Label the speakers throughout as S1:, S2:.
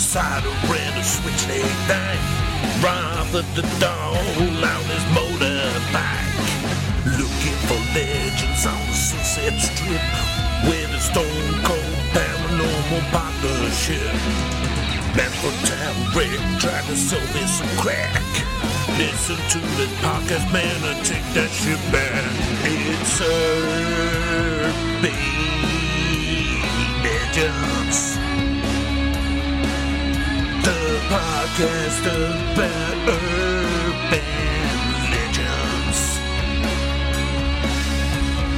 S1: side of red a switch they ignite. Rather the dog on his motorbike. Looking for legends on the sunset strip with a stone cold paranormal partnership. Man from town red tried to sell me some crack. Listen to the podcast man and take that shit back. It's Urban Legends. The podcast about urban legends.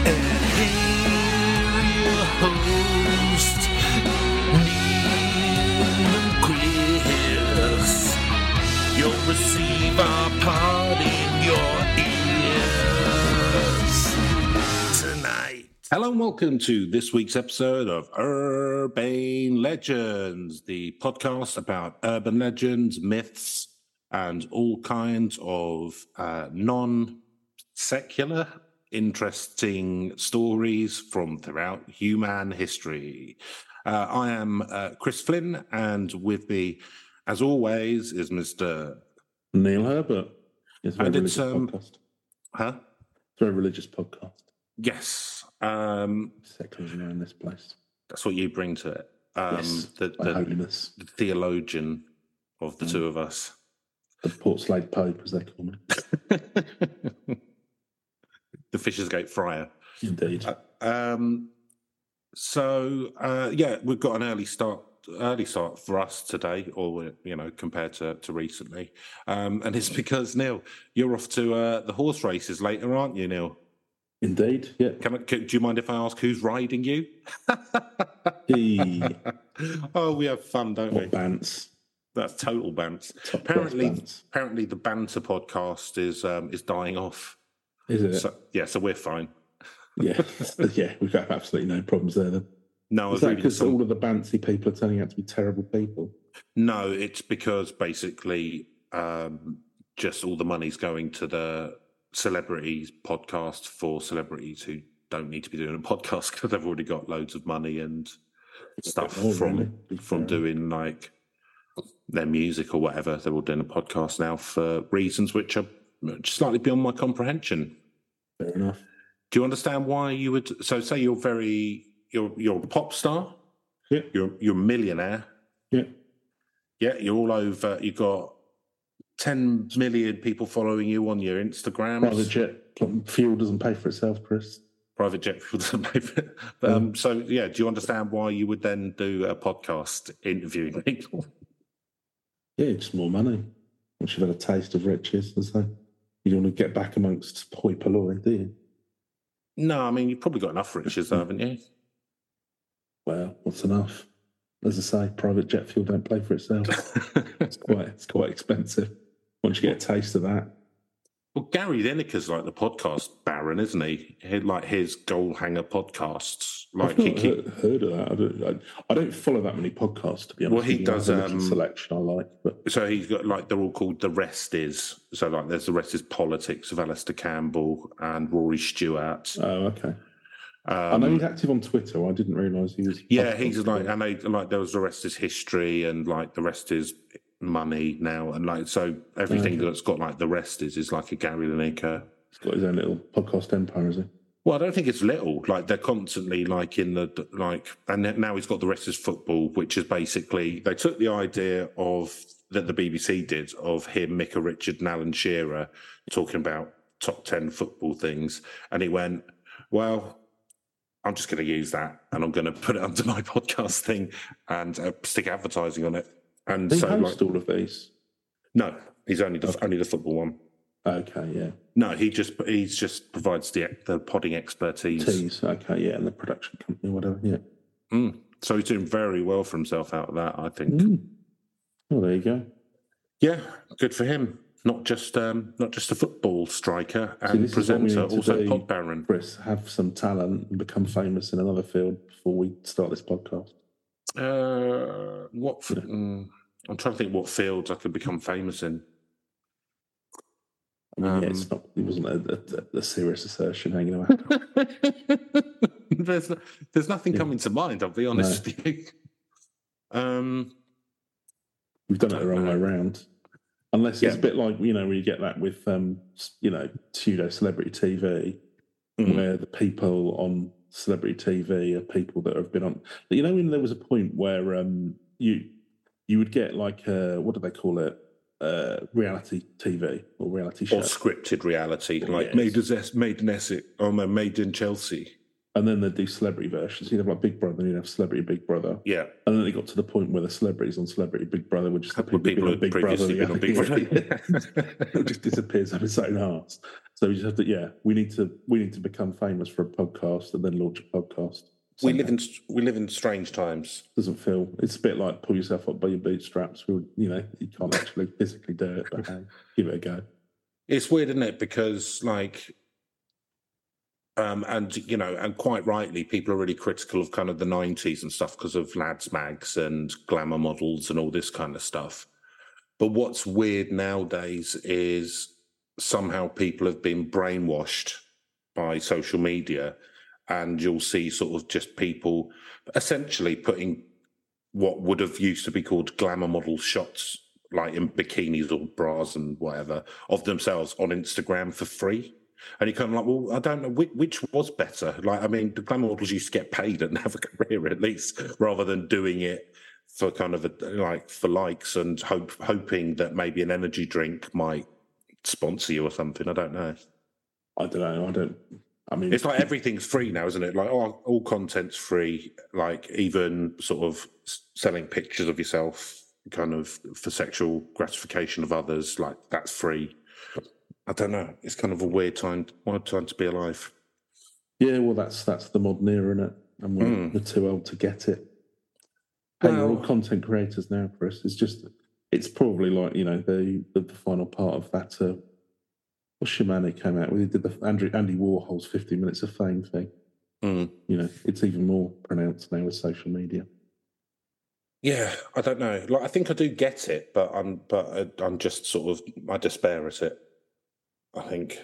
S1: And here your host, Neil and Chris. You'll receive our pod in your ears tonight.
S2: Hello and welcome to this week's episode of Urban Legends, the podcast about urban legends, myths, and all kinds of uh, non secular, interesting stories from throughout human history. Uh, I am uh, Chris Flynn, and with me, as always, is Mr.
S3: Neil Herbert. It's a very
S2: And it's,
S3: religious
S2: um,
S3: podcast. It's
S2: Huh?
S3: a very religious podcast.
S2: Yes. Um,
S3: Seculars around this place.
S2: that's what you bring to it. Um,
S3: Yes,
S2: the,
S3: Like
S2: the,
S3: holiness.
S2: the theologian of the two of us.
S3: The Port Slade Pope, as they call me.
S2: the Fisher's Gate Friar.
S3: Indeed.
S2: Uh, um, so uh, yeah, we've got an early start, early start for us today, or you know, compared to, to recently. Um, and it's because Neil, you're off to uh, the horse races later, aren't you, Neil?
S3: Indeed. Yeah.
S2: Can I, can, do you mind if I ask who's riding you?
S3: Hey.
S2: oh, we have fun, don't
S3: What
S2: we?
S3: bants?
S2: That's total bounce.
S3: Top
S2: Apparently-
S3: class bants.
S2: Apparently, the banter podcast is um, is dying off.
S3: Is it?
S2: So yeah, so we're fine.
S3: yeah. yeah. We've got absolutely no problems there then.
S2: No, I
S3: Is
S2: was
S3: that
S2: reading
S3: because
S2: some-
S3: all of the bantsy people are turning out to be terrible people?
S2: No, it's because basically um, just all the money's going to the celebrities podcast for celebrities who don't need to be doing a podcast because they've already got loads of money and stuff
S3: Oh,
S2: from
S3: really? Be
S2: from
S3: fair.
S2: doing like their music or whatever. They're all doing a podcast now for reasons which are slightly beyond my comprehension.
S3: Fair enough.
S2: Do you understand why you would? So say you're very you're you're a pop star.
S3: Yeah.
S2: You're you're a millionaire.
S3: Yeah.
S2: Yeah, you're all over. You've got 10 million people following you on your Instagram.
S3: Private jet fuel doesn't pay for itself, Chris.
S2: Private jet fuel doesn't pay for it.
S3: Mm-hmm.
S2: Um, so, yeah, do you understand why you would then do a podcast interviewing people?
S3: Yeah, just more money. Once you've had a taste of riches, and so you don't want to get back amongst poi polloi, do you?
S2: No, I mean, you've probably got enough riches, though, haven't you?
S3: Well, what's enough? As I say, private jet fuel don't pay for itself. it's quite it's quite expensive. Once you get a taste of that,
S2: well, Gary Lineker's like the podcast baron, isn't he? he like his goal hanger podcasts. Like,
S3: I've not
S2: he, keep-
S3: heard, heard of that. I don't, I, I don't follow that many podcasts to be honest.
S2: Well, he
S3: with you. I have
S2: does,
S3: a little
S2: um,
S3: selection I like, but
S2: so he's got like they're all called the rest is so like there's the rest is politics of Alistair Campbell and Rory Stewart.
S3: oh, okay.
S2: Um,
S3: I know he's active on Twitter. I didn't realise he was.
S2: Yeah, he's like, and they like there was the rest is history, and like the rest is money now, and like so everything
S3: Okay.
S2: that's got like the rest is is like a Gary Lineker.
S3: he's got his own little podcast empire, is he?
S2: Well, I don't think it's little. Like they're constantly like in the like, and then now he's got the rest is football, which is basically they took the idea of that the BBC did of him, Micah Richard, and Alan Shearer talking about top ten football things, and he went, "Well, I'm just going to use that, and I'm going to put it under my podcast thing and uh, stick advertising on it." And
S3: Does He
S2: so, like,
S3: hosts all of these.
S2: no, he's only the only the football one.
S3: Okay, yeah.
S2: No, he just he's just provides the the podding expertise.
S3: Tees, okay, yeah, and the production company, whatever, yeah.
S2: Mm. So he's doing very well for himself out of that, I think.
S3: Mm. Well, there you go.
S2: Yeah, good for him. Not just um, not just a football striker and
S3: this is what we
S2: presenter,
S3: need to
S2: also
S3: do.
S2: pod baron.
S3: Chris, have some talent and become famous in another field before we start this podcast.
S2: Uh, what? f- mm, I'm trying to think what fields I could become famous in.
S3: I mean, yeah,
S2: Um,
S3: it's not, it wasn't a, a, a serious assertion hanging around.
S2: there's no, there's nothing
S3: Yeah.
S2: coming to mind. I'll be honest with you. Um,
S3: We've done it the wrong way around. Unless it's
S2: Yeah.
S3: a bit like, you know, where you get that with, um, s- you know, pseudo celebrity TV,
S2: Mm.
S3: where the people on celebrity TV are people that have been on. You know, when there was a point where um, you you would get like, uh, what do they call it? Uh, reality TV or reality show.
S2: Or scripted reality, like
S3: Yes.
S2: Made, in Es- made in Essex, or no, Made in Chelsea.
S3: and then they'd do celebrity versions. You'd have like Big Brother, and you'd have Celebrity Big Brother.
S2: Yeah.
S3: And then it got to the point where the celebrities on Celebrity Big Brother were just the people,
S2: With people
S3: who'd
S2: who've
S3: been on Big Brother.
S2: previously been on Big
S3: it
S2: Brother.
S3: just disappears up its own arse. So we just have to, yeah, we need to we need to become famous for a podcast and then launch a podcast.
S2: we live in we live in strange times.
S3: doesn't feel it's a bit like pull yourself up by your bootstraps. We, you know, you can't actually physically do it, but hey, give it a go.
S2: It's weird, isn't it? Because like, um, and you know, and quite rightly, people are really critical of kind of the '90s and stuff because of lads mags and glamour models and all this kind of stuff. But what's weird nowadays is somehow people have been brainwashed by social media, and you'll see sort of just people essentially putting what would have used to be called glamour model shots, like in bikinis or bras and whatever, of themselves on Instagram for free. And you're kind of like, well, I don't know which, which was better. Like, I mean, the glamour models used to get paid and have a career at least, rather than doing it for kind of a, like for likes and hope hoping that maybe an energy drink might sponsor you or something. I don't know.
S3: I don't know. I don't. I mean,
S2: It's like everything's free now, isn't it? Like all, all content's free. Like even sort of s- selling pictures of yourself, kind of for sexual gratification of others, like that's free. I don't know. It's kind of a weird time, weird time to be alive.
S3: yeah, well, that's that's the modern era, is it? And we're,
S2: Mm.
S3: we're too old to get it. Hey, we're all
S2: Well-
S3: content creators now, Chris. It's just, it's probably like you know the the, the final part of that. Uh, what Shimane came out with? He did the Andrew, Andy Warhol's 50 Minutes of Fame thing.
S2: Mm.
S3: You know, it's even more pronounced now with social media.
S2: Yeah, I don't know. Like I think I do get it, but I'm but I, I'm just sort of I despair at it. I think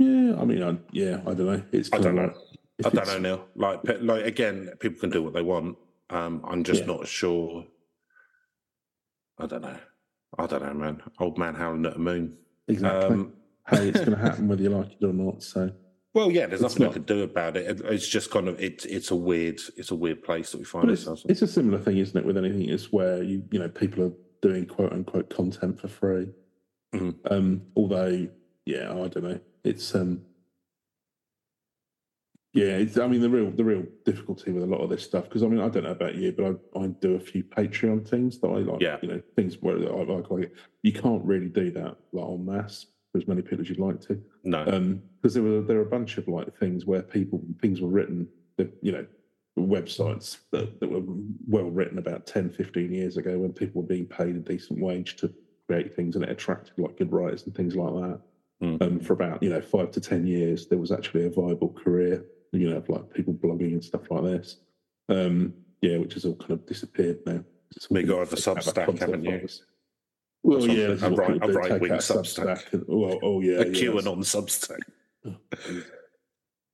S3: Yeah, I mean, I, yeah, I don't know. It's
S2: I don't
S3: kinda
S2: know.
S3: like- if
S2: I don't
S3: it's-
S2: know, Neil. Like, pe- like again, people can do what they want. Um, I'm just
S3: Yeah.
S2: not sure. I don't know. I don't know, man. Old man howling at the moon.
S3: Exactly.
S2: Um,
S3: hey, it's going to happen whether you like it or not. So,
S2: well, yeah, there's
S3: It's
S2: nothing I
S3: not-
S2: can do about it. It- It's just kind of it's it's a weird it's a weird place that we find
S3: but it's,
S2: ourselves. in.
S3: it's a similar thing, isn't it? With anything, it's where you you know people are doing quote unquote content for free.
S2: Mhm.
S3: Um, although, yeah, I don't know. It's um, yeah, it's, I mean the real the real difficulty with a lot of this stuff because I mean I don't know about you, but I, I do a few Patreon things that I like.
S2: Yeah.
S3: you know things where I like. like you can't really do that like en masse for as many people as you'd like to.
S2: no,
S3: uh, because Um, there were there were a bunch of like things where people things were written that you know websites that, that were well written about 10 15 years ago when people were being paid a decent wage to create things and it attracted like good writers and things like that
S2: Mm.
S3: um, for about you know five to ten years there was actually a viable career you know of like people blogging and stuff like this um yeah which has all kind of disappeared now It's all
S2: Well, you
S3: been
S2: got the
S3: taken out by
S2: Substack,
S3: content
S2: haven't you?
S3: farmers. well
S2: Or
S3: yeah this is
S2: something. A
S3: what
S2: right-
S3: people
S2: a
S3: do, take
S2: right-wing
S3: out
S2: Substack.
S3: and- well, oh yeah
S2: a
S3: yeah,
S2: QAnon Substack.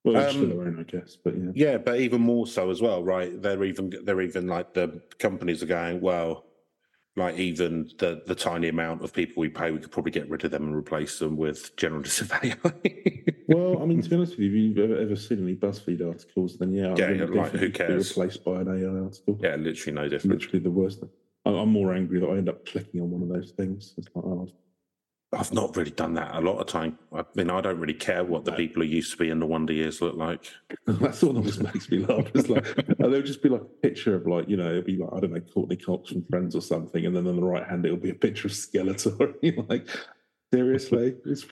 S3: well,
S2: Um,
S3: each to their own, I guess. But yeah,
S2: Yeah, but even more so as well, right? They're even they're even like the companies are going well. Like even the the tiny amount of people we pay, we could probably get rid of them and replace them with generative AI.
S3: well, I mean, to be honest with you, if you've ever, ever seen any BuzzFeed articles, then yeah, I
S2: Yeah,
S3: wouldn't
S2: like, who
S3: definitely be
S2: cares?
S3: Replaced by an AI article.
S2: yeah, literally no
S3: it's
S2: difference.
S3: literally the worst thing. I, I'm more angry that I end up clicking on one of those things. It's like, oh,
S2: I've not really done that a lot of time. I mean, I don't really care what the people who used to be in the Wonder Years look like.
S3: That's all that always makes me laugh. It's like and there'll just be like a picture of like, you know, it'll be like, I don't know, Courtney Cox from Friends or something, and then on the right hand it'll be a picture of Skeletor. You're like, seriously? It's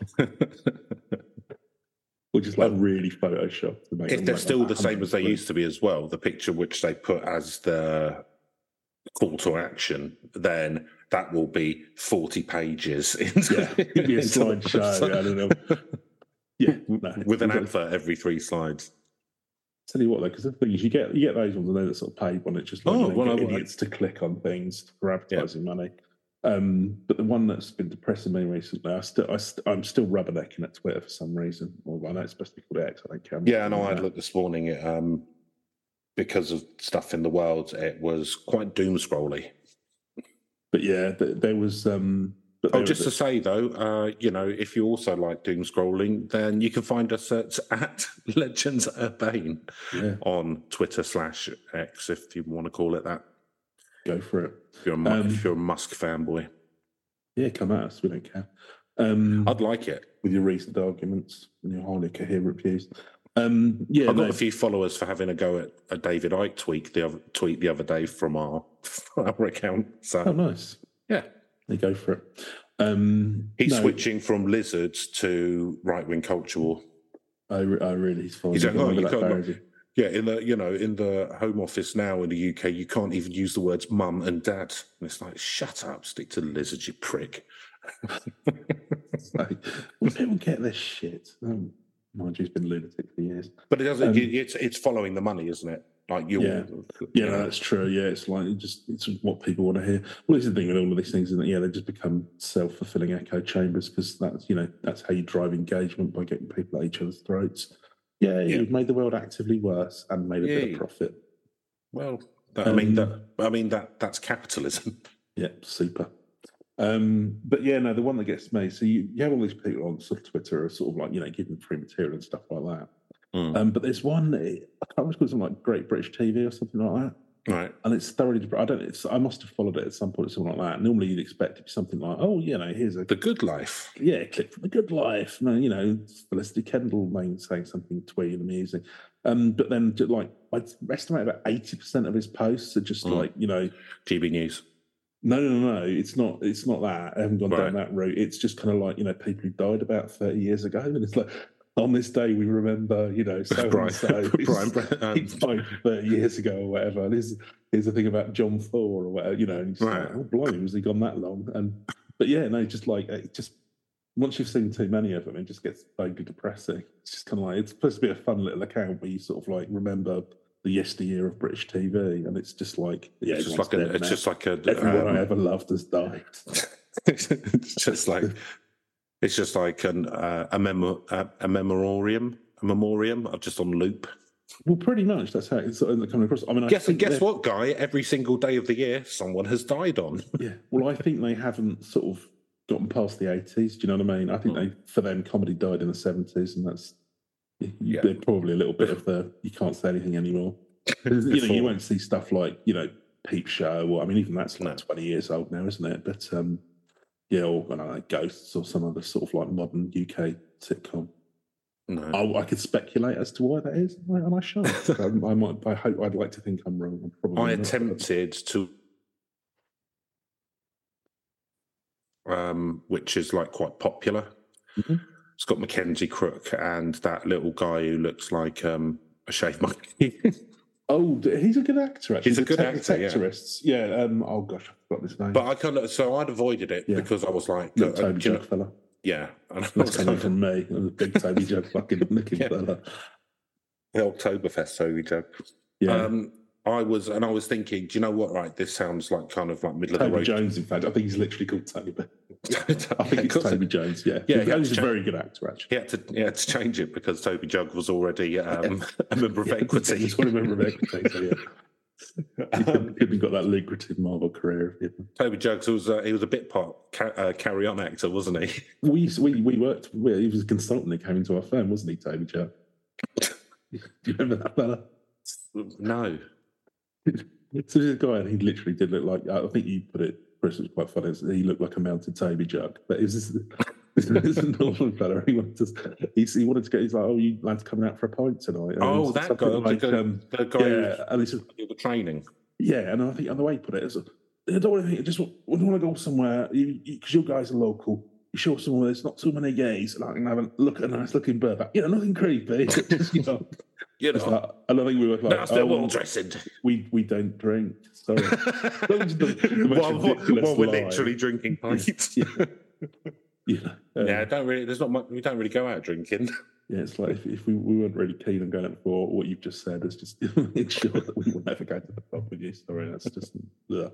S3: or just like really photoshopped to make
S2: Um, If
S3: them
S2: they're
S3: look
S2: still
S3: like
S2: the same as they
S3: 100%.
S2: used to be as well, the picture which they put as the call to action, then that will be forty pages. Into,
S3: Yeah, it'd be a
S2: into the
S3: slideshow.
S2: website.
S3: I don't know. Yeah, no,
S2: with an
S3: You've got-
S2: advert every three slides.
S3: Tell you what, though, because the thing is, you get you get those ones, and they're sort of paid one. It's just like
S2: Oh,
S3: you know,
S2: well,
S3: get
S2: I- I-
S3: idiots to click on things for advertising money. Um, but the one that's been depressing me recently, I still I st- I'm still rubbernecking at Twitter for some reason. Well, I know it's supposed to be called X. I don't care. I'm not
S2: Yeah, I know.
S3: doing
S2: I
S3: that.
S2: looked this morning at, um, because of stuff in the world. It was quite doom scrolly.
S3: but yeah, th- there was. Um, but there
S2: Oh,
S3: was
S2: just
S3: a-
S2: to say though, uh, you know, if you also like doom scrolling, then you can find us at, at Legends Urbane
S3: yeah,
S2: on Twitter slash X, if you want to call it that.
S3: go for it.
S2: If you're a, Mu-
S3: Um,
S2: if you're a Musk fanboy,
S3: Yeah, come at us. We don't care. Um,
S2: I'd like it.
S3: with your recent arguments and your highly coherent views. Um, yeah,
S2: I
S3: no,
S2: got a few followers for having a go at a David Icke tweet the other tweet the other day from our our account. So
S3: oh, nice.
S2: yeah,
S3: They go for it. Um,
S2: he's
S3: no,
S2: switching from lizards to right wing culture war.
S3: I, re- I really he's fine.
S2: He's like, oh,
S3: Remember
S2: you
S3: that
S2: can't-
S3: parody?
S2: Yeah, in the you know in the Home Office now in the UK, you can't even use the words mum and dad, and it's like shut up, stick to lizards, you prick.
S3: It's like, well, people get this shit. Um, mind you, he's been lunatic for years.
S2: But it doesn't.
S3: Um,
S2: you- it's it's following the money, isn't it? Like you,
S3: Yeah. Yeah, no, that's true. Yeah, it's like it just it's what people want to hear. Well, it's the thing with all of these things, is that yeah, they just become self fulfilling echo chambers because that's you know that's how you drive engagement by getting people at each other's throats. Yeah,
S2: Yeah.
S3: you've made the world actively worse and made a bit
S2: Yeah.
S3: of profit.
S2: well, that, I mean
S3: Um,
S2: that. I mean that. That's capitalism.
S3: Yeah, super. Um, but yeah, no, the one that gets me. So you, you have all these people on sort of Twitter, who are sort of like you know giving free material and stuff like that.
S2: Mm.
S3: Um, but there's one I can't remember it's called something like Great British TV or something like that.
S2: Right.
S3: and it's thoroughly. depra- I don't. It's, I must have followed it at some point, something like that. Normally, you'd expect it to be something like, "Oh, you know, here's a
S2: The good life.
S3: yeah, clip from the Good Life," and, you know, Felicity Kendall main saying something twee and amusing. Um, but then, ju- like, I'd estimate about eighty percent of his posts are just
S2: Mm.
S3: like, you know,
S2: GB News.
S3: no, no, no, no, it's not, it's not that. I haven't gone
S2: Right.
S3: down that route. It's just kind of like, you know, people who died about thirty years ago, and it's like. On this day, we remember, you know, so
S2: Brian,
S3: and so.
S2: Brian, um,
S3: he died 30 years ago or whatever. And here's, here's the thing about John Thor or whatever, you know, and he's just
S2: Right.
S3: like, oh, blimey, was he gone that long? And But yeah, no, just like, it just once you've seen too many of them, it just gets vaguely depressing. It's just kind of like, it's supposed to be a fun little account where you sort of like remember the yesteryear of British TV. And it's just like, yeah,
S2: it's just like a, it's just like a
S3: everyone I
S2: um,
S3: ever loved has died.
S2: it's just like it's just like an uh, a memo uh, a memoriam a memoriam of just on loop.
S3: Well, pretty much that's how it's sort of coming across. I mean, I
S2: Guess and
S3: think
S2: guess
S3: they're-
S2: what, guy? Every single day of the year, someone has died on.
S3: Yeah. Well, I think they haven't sort of gotten past the eighties. Do you know what I mean? I think they, for them, comedy died in the seventies, and that's y-
S2: Yeah.
S3: they're probably a little bit of the you can't say anything anymore. you know,
S2: Before-
S3: you won't see stuff like you know Peep Show, or I mean, even that's like
S2: No.
S3: twenty years old now, isn't it? But um, yeah, or I don't know, Ghosts or some other sort of like modern UK sitcom.
S2: No.
S3: I, I could speculate as to why that is, and I shan't. Um, I might. I hope. I'd like to think I'm wrong. I'm probably
S2: I
S3: not.
S2: attempted to, um, which is like quite popular.
S3: Mhm.
S2: It's got Mackenzie Crook and that little guy who looks like um, a shave monkey.
S3: Oh, d- he's a good actor. Actually,
S2: He's a
S3: The
S2: good
S3: Te-
S2: actor, yeah.
S3: Tetris. Yeah. Um, oh gosh, I forgot his name.
S2: But I kind of so I'd avoided it
S3: Yeah.
S2: because I was like,
S3: Big
S2: uh,
S3: Toby
S2: do you know-
S3: Jug fella.
S2: yeah, and I
S3: That's
S2: was
S3: coming
S2: kind of
S3: from me. I'm a big Toby Jug fucking looking
S2: Yeah.
S3: fella.
S2: the Oktoberfest Toby Jug.
S3: Yeah.
S2: Um, I was, and I was thinking, do you know what? Right, this sounds like kind of like middle of the
S3: Toby
S2: road.
S3: Jones, in fact, I think he's literally called Toby. I
S2: Yeah,
S3: think it's
S2: 'cause
S3: Toby Jones. Yeah,
S2: Yeah,
S3: He's-
S2: he
S3: he's
S2: has
S3: a
S2: changed.
S3: very good actor, actually.
S2: He had to, he had to change it because Toby Jug was already um, a member of Equity.
S3: He's one of them equity. So yeah, he
S2: Um,
S3: could, could have got that lucrative Marvel career. if he-
S2: Toby Juggs was uh, he was a bit part ca- uh, carry on actor, wasn't he?
S3: We used- we we worked. With, he was a consultant that came into our firm, wasn't he, Toby Jug? Do you remember that fella?
S2: no,
S3: So this guy, and he literally did look like. I think you put it, Chris, was quite funny. is He looked like a mounted Toby jug, but it was this, this, this normal fella. He wanted to, he, he wanted to go. He's like, "Oh, you lads coming out for a pint tonight?" And
S2: Oh,
S3: it's
S2: that
S3: something
S2: guy,
S3: Like,
S2: the guy-
S3: um,
S2: the guy
S3: yeah, and he said,
S2: who did the training.
S3: "Yeah," and I think the other way he put it is, "I don't want to think. I just want, I want to go somewhere because you, you, 'cause you guys are local." You show somewhere there's not too many gays, and I can have a look at a nice looking bird. You know, nothing creepy. Just, you know,
S2: You
S3: it's
S2: know,
S3: like, and I think we were like,
S2: that's the
S3: "Oh,
S2: wall dressing.
S3: we we don't drink. Sorry. was the- the most
S2: while,
S3: ridiculous
S2: while we're
S3: lie.
S2: literally drinking pints. Yeah,
S3: Yeah. you know, um, yeah.
S2: don't really. There's not much. We don't really go out drinking.
S3: it's like if, if we, we weren't really keen on going out before, what you've just said is just ensure that we will never go to the pub with you. Sorry, that's just. Ugh.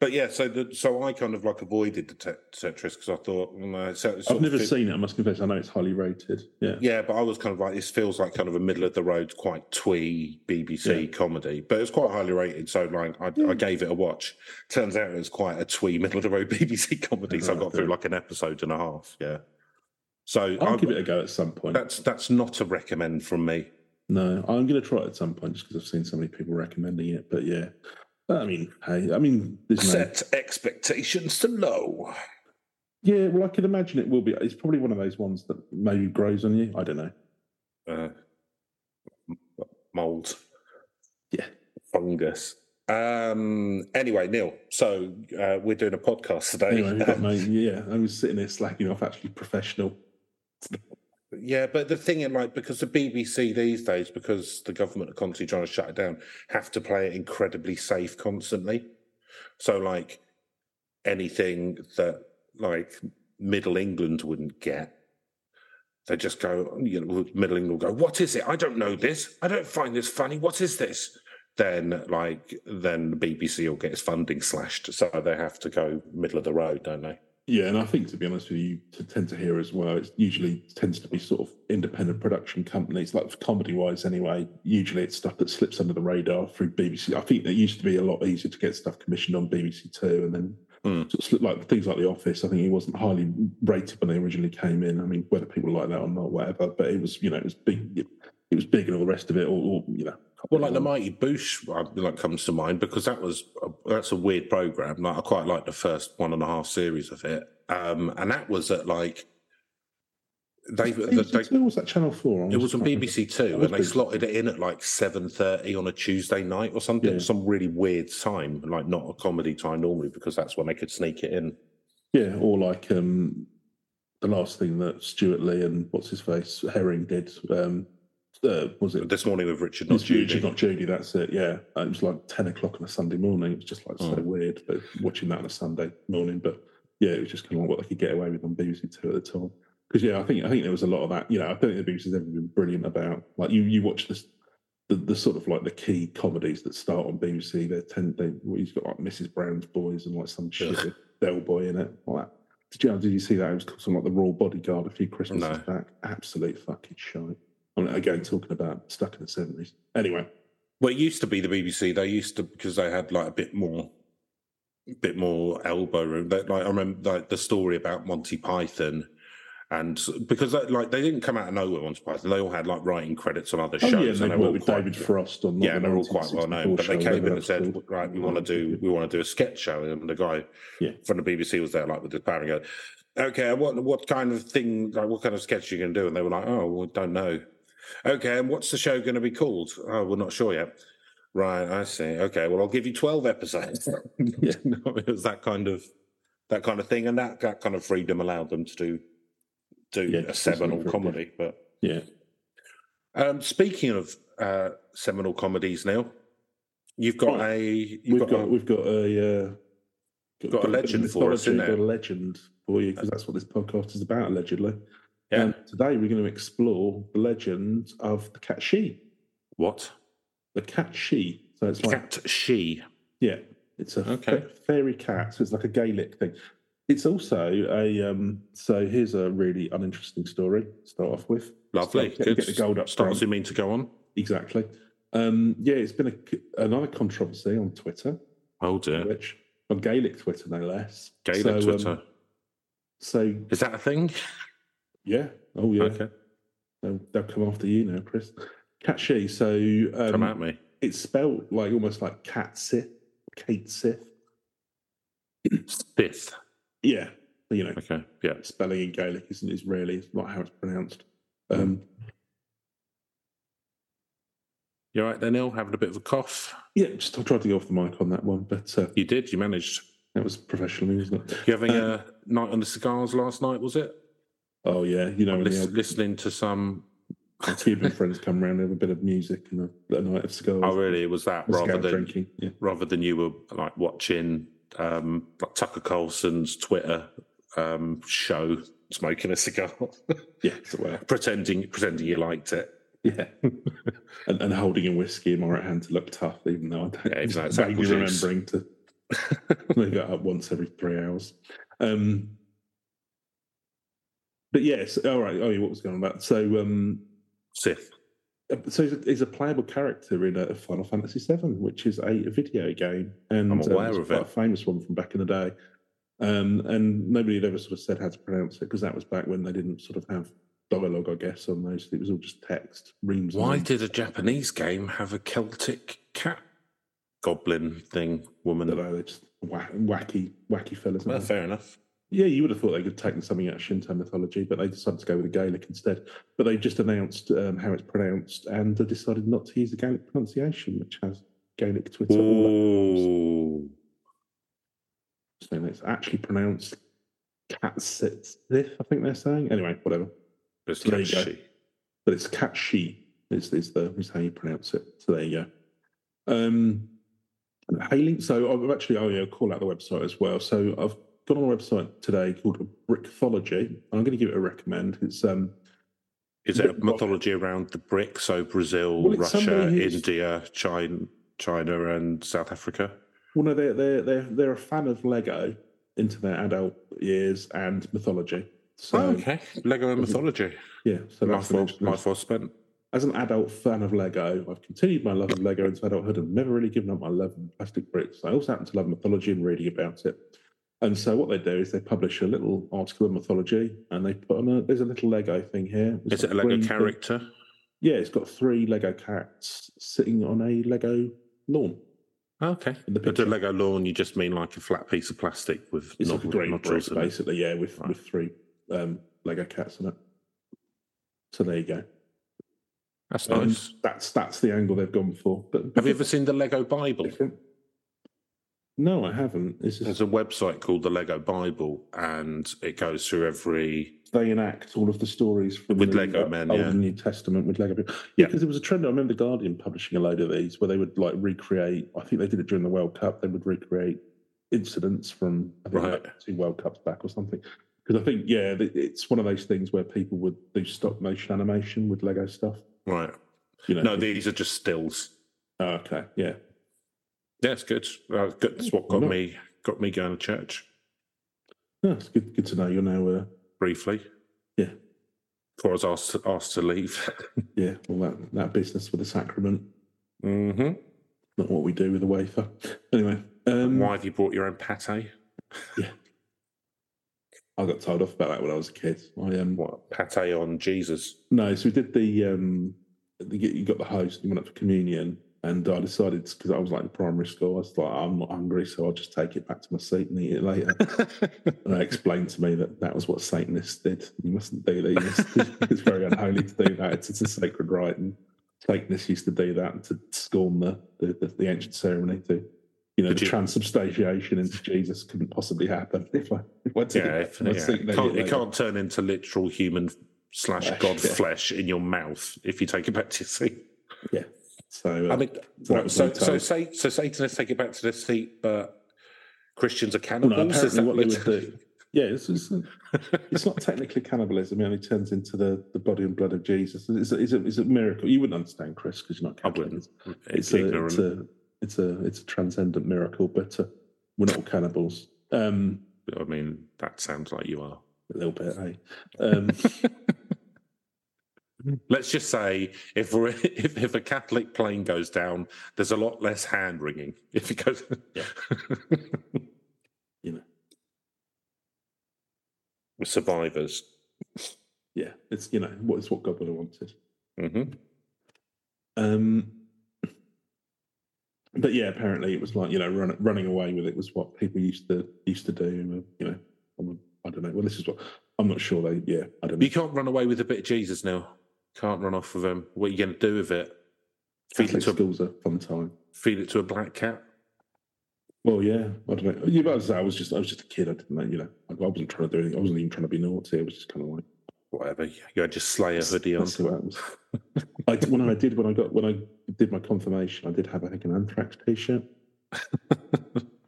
S2: But yeah, so the, so I kind of like avoided the Tet- Tetris because I thought, mm, uh, so, it's sort
S3: I've
S2: of
S3: never
S2: fit-
S3: seen it. I must confess. I know it's highly rated. Yeah.
S2: Yeah, but I was kind of like, this feels like kind of a middle of the road, quite twee BBC comedy, but it's quite highly rated. So like, I,
S3: Mm.
S2: I gave it a watch. Turns out it was quite a twee middle of the road BBC comedy. So I
S3: Oh,
S2: got through
S3: good.
S2: like an episode and a half. Yeah. So
S3: I'll
S2: I-
S3: give it a go at some point.
S2: that's that's not a recommend from me.
S3: No, I'm going to try it at some point just because I've seen so many people recommending it. But yeah, I mean, hey, I mean, there's no,
S2: Set expectations to low.
S3: yeah. Well, I could imagine it will be. It's probably one of those ones that maybe grows on you. I don't know.
S2: Uh, mold.
S3: Yeah.
S2: Fungus. Um. Anyway, Neil. So uh, we're doing a podcast today.
S3: Anyway, we've got no, yeah, I was sitting there slacking off, actually professional.
S2: Yeah, but the thing in like because the BBC these days, because the government are constantly trying to shut it down, have to play it incredibly safe constantly. So like anything that like Middle England wouldn't get, they just go. You know, Middle England will go. What is it? I don't know this. I don't find this funny. What is this? Then like then the BBC will get its funding slashed, so they have to go middle of the road, don't they?
S3: Yeah, and I think to be honest with you, to tend to hear as well, it usually tends to be sort of independent production companies, like comedy wise anyway. Usually it's stuff that slips under the radar through BBC. I think it used to be a lot easier to get stuff commissioned on BBC Two and then
S2: Mm.
S3: sort of slip, like things like The Office. I think it wasn't highly rated when they originally came in. I mean, whether people like that or not, whatever, but it was, you know, it was big. It was big and all the rest of it, or, or you know.
S2: Well, like the
S3: Mm-hmm.
S2: Mighty Boosh, uh, like comes to mind because that was a, that's a weird program. Like I quite liked the first one and a half series of it, um, and that was at like they, the,
S3: BBC
S2: they
S3: Two, or was that Channel Four? I
S2: it was on
S3: can't remember.
S2: BBC Two,
S3: was
S2: and they
S3: big.
S2: slotted it in at like seven thirty on a Tuesday night or something,
S3: Yeah.
S2: some really weird time, like not a comedy time normally because that's when they could sneak it in.
S3: Yeah, or like um, the last thing that Stuart Lee and what's his face Herring did um, uh, was it
S2: This morning with Richard, not
S3: it's
S2: Judy.
S3: Richard, not Judy? That's it. Yeah, And it was like ten o'clock on a Sunday morning. It was just like so
S2: Mm.
S3: weird, but watching that on a Sunday morning. But yeah, it was just kind of like what they could get away with on BBC Two at the time. Because yeah, I think I think there was a lot of that. You know, I don't think the BBC's ever been brilliant about like you you watch this. The, the sort of like the key comedies that start on BBC, they tend they well, you've got like Mrs. Brown's Boys and like some shit
S2: Ugh.
S3: with Del Boy in it. All that. Did you did you see that? It was called something like the Royal Bodyguard a few Christmases
S2: No.
S3: back. Absolute fucking shite. I mean, again, talking about stuck in the seventies. Anyway,
S2: Well, it used to be the BBC. They used to because they had like a bit more, bit more elbow room. They, like I remember like the story about Monty Python, and because they, like they didn't come out of nowhere. Monty Python. They all had like writing credits on other
S3: Oh,
S2: shows.
S3: yeah, and they
S2: were
S3: worked with David Frost on.
S2: yeah, and they're all quite well known. But they came in and said, "Right, we want to do we want to do a sketch show." And the guy
S3: Yeah.
S2: from the BBC was there, like with his power, and go, "Okay, what what kind of thing? Like, what kind of sketch are you going to do?" And they were like, "Oh, we don't know." Okay, and what's the show going to be called? Oh, we're not sure yet. Right, I see. Okay, well, I'll give you twelve episodes.
S3: Yeah.
S2: No, it was that kind of that kind of thing, and that that kind of freedom allowed them to do do
S3: Yeah,
S2: a
S3: just do something
S2: seminal
S3: for a bit.
S2: comedy. But
S3: Yeah.
S2: um, speaking of uh, seminal comedies, Neil, you've got
S3: Right.
S2: a you've
S3: We've
S2: got,
S3: got,
S2: a-
S3: we've got a uh,
S2: Got a legend for us,
S3: mythology,
S2: isn't
S3: Got a legend for you because that's what this podcast is about, allegedly.
S2: yeah.
S3: And today we're going to explore the legend of the cat she.
S2: what
S3: The cat she. So it's like
S2: cat she
S3: Yeah, it's a
S2: Okay.
S3: fa- fairy cat. So it's like a Gaelic thing. It's also a um, so here's a really uninteresting story to start off with.
S2: lovely
S3: Get-
S2: good
S3: get the gold up
S2: starts
S3: front.
S2: you mean to go on
S3: Exactly. Um, yeah, it's been a c another controversy on Twitter,
S2: oh dear
S3: which on Gaelic Twitter no less.
S2: Gaelic
S3: So, um,
S2: Twitter
S3: so
S2: is that a thing
S3: yeah, oh yeah,
S2: okay
S3: they'll, they'll come after you now, Chris. Cat she. So um,
S2: come at me
S3: it's spelt like almost like cat Sith, Kate Sith.
S2: fifth
S3: Yeah, you know,
S2: okay yeah
S3: spelling in Gaelic isn't is really it's not how it's pronounced. Um,
S2: you all right there Neil having a bit of a cough
S3: yeah, just I tried to go off the mic on that one, but uh,
S2: you did you managed
S3: that was professional, wasn't it?
S2: you having a
S3: Um,
S2: night on the cigars last night was it
S3: Oh yeah, you know, when
S2: Lis-
S3: the old
S2: listening to some
S3: Cuban friends come round, they have a bit of music and a, a night of cigars.
S2: oh really it was that
S3: Cigar
S2: rather than
S3: drinking, yeah.
S2: rather than you were like watching um like Tucker Carlson's Twitter um show smoking a cigar
S3: yeah, so, well,
S2: pretending pretending you liked it
S3: yeah, and, and holding a whiskey in my right hand to look tough, even though I don't
S2: Yeah, even though it's
S3: vaguely
S2: apple juice.
S3: remembering to they got up once every three hours. Um, but yes, all right. Oh, yeah, what was going on about? So, um, uh,
S2: Sith.
S3: so he's a, he's a playable character in uh Final Fantasy VII, which is a, video game, and
S2: I'm
S3: uh,
S2: aware
S3: it's
S2: of
S3: quite
S2: it.
S3: a famous one from back in the day. Um, and nobody had ever sort of said how to pronounce it because that was back when they didn't sort of have dialogue, I guess, on those. It was all just text, reams. and
S2: Why
S3: reams.
S2: did a Japanese game have a Celtic cat goblin thing
S3: I don't
S2: woman?
S3: know, they're just wha- wacky, wacky fellas.
S2: Well,
S3: aren't they?
S2: fair enough.
S3: Yeah, you would have thought they could take something out of Shinto mythology, but they decided to go with the Gaelic instead. But they just announced um, how it's pronounced and they decided not to use the Gaelic pronunciation, which has Gaelic Twitter. all that.
S2: Ooh.
S3: So it's actually pronounced Katsitsith, I think they're saying. Anyway, whatever.
S2: Just
S3: There you go.
S2: catchy.
S3: But it's Katshi is, is, the, is how you pronounce it. So there you go. Um, hailing. So I've actually, oh yeah, call out the website as well. So I've gone on a website today called Brickthology. I'm going to give it a recommend. It's um,
S2: Is it a mythology around the brick? So Brazil,
S3: Well, it's somebody
S2: Russia,
S3: who's-
S2: India, China, China, and South Africa.
S3: Well, no, they're they're they're they're a fan of Lego into their adult years and mythology. So
S2: Oh, Lego and mythology.
S3: yeah, so
S2: My
S3: that's the
S2: fault.
S3: next one.
S2: My fault. Spent.
S3: as an adult fan of Lego, I've continued my love of Lego into adulthood and never really given up my love of plastic bricks. I also happen to love mythology and reading about it. And so what they do is they publish a little article of mythology and they put on a there's a little Lego thing here.
S2: Is
S3: It's
S2: it a
S3: got
S2: Lego
S3: three-
S2: character?
S3: Yeah, it's got three Lego cats sitting on a Lego lawn.
S2: Oh, Okay.
S3: In the
S2: But
S3: picture.
S2: a Lego lawn, you just mean like a flat piece of plastic with
S3: It's like a great brick,
S2: nodules in it.
S3: basically, yeah, with,
S2: Right.
S3: with three um, Lego cats in it. So there you go.
S2: That's
S3: Um,
S2: nice.
S3: that's that's the angle they've gone for. But
S2: Have you ever seen the Lego Bible?
S3: different? No, I haven't. It's just
S2: There's a website called the Lego Bible, and it goes through every.
S3: they enact all of the stories from
S2: With
S3: the,
S2: Lego
S3: uh,
S2: men,
S3: Old
S2: yeah.
S3: and New Testament with Lego. people.
S2: Yeah.
S3: Yeah, because there was a trend. I remember the Guardian publishing a load of these where they would like recreate. I think they did it during the World Cup. They would recreate incidents from I think
S2: Right.
S3: like two World Cups back or something. Because I think yeah, th- it's one of those things where people would do stop motion animation with Lego stuff.
S2: Right.
S3: You know,
S2: No, these are just stills.
S3: Oh, okay, yeah.
S2: Yeah, it's good. Uh, good. That's what got
S3: No.
S2: me got me going to church
S3: No, it's good. Good to know you're now. Uh,
S2: briefly.
S3: Yeah.
S2: Before I was asked to, asked to leave.
S3: yeah, all that that business with the sacrament.
S2: hmm
S3: Not what we do with a wafer. Anyway, um,
S2: Why have you brought your own pate?
S3: I got told off about that when I was a kid. I um,
S2: What pate on Jesus?
S3: No, so we did the um, the, you got the host, you went up for communion, and I decided because I was like in primary school, I was like, I'm not hungry, so I'll just take it back to my seat and eat it later. and they explained to me that that was what Satanists did. You mustn't do these. it's very unholy to do that. It's, it's a sacred rite, and Satanists used to do that and to scorn the the, the, the ancient ceremony to. You know,
S2: Did
S3: the
S2: you-
S3: transubstantiation into Jesus couldn't possibly happen if I, if I took
S2: yeah,
S3: it. back
S2: if,
S3: to my
S2: yeah.
S3: seat and
S2: It,
S3: ate
S2: can't, it
S3: later.
S2: can't turn into literal human slash
S3: Flesh,
S2: god
S3: yeah.
S2: flesh in your mouth if you take it back to your seat.
S3: So, uh,
S2: I mean,
S3: that's what
S2: right, so
S3: I've been
S2: so
S3: told.
S2: say so Satanists take it back to their seat, but Christians are
S3: Well,
S2: cannibals.
S3: no,
S2: Is
S3: apparently
S2: that
S3: what they would
S2: what-
S3: do. Yeah, it's, it's, it's not technically cannibalism. It only turns into the, the body and blood of Jesus. It's a, it's a, it's a miracle. You wouldn't understand, Chris, because you're not
S2: I
S3: Catholic.
S2: wouldn't.
S3: It's,
S2: It's,
S3: it's a,
S2: ignorant.
S3: it's, a, it's, a, it's a transcendent miracle, but uh, we're not all cannibals. Um,
S2: I mean, that sounds like you are.
S3: a little bit, eh? Um,
S2: Let's just say if we're, if if a Catholic plane goes down, there's a lot less hand wringing. If it goes,
S3: Yeah. You know.
S2: We're survivors.
S3: yeah, it's, you know, what, it's what God would have wanted.
S2: hmm
S3: Um, but yeah, apparently it was like you know run, running away with it was what people used to used to do. and, uh, You know, I'm, I don't know. Well, this is what I'm not sure. They yeah, I don't know.
S2: You can't run away with a bit of Jesus now. Can't run off with him. What are you going to do with it? Feed it
S3: Catholic
S2: to a,
S3: schools are fun time.
S2: feed it to a black cat.
S3: Well, yeah, I don't know. You guys, I was just I was just a kid. I didn't know. You know, I, I wasn't trying to do anything. I wasn't even trying to be naughty. I was just kind of like
S2: Whatever. You had your Slayer hoodie on.
S3: Let's see what happens. I did, when I did when I got when I did my confirmation, I did have I think an anthrax T-shirt.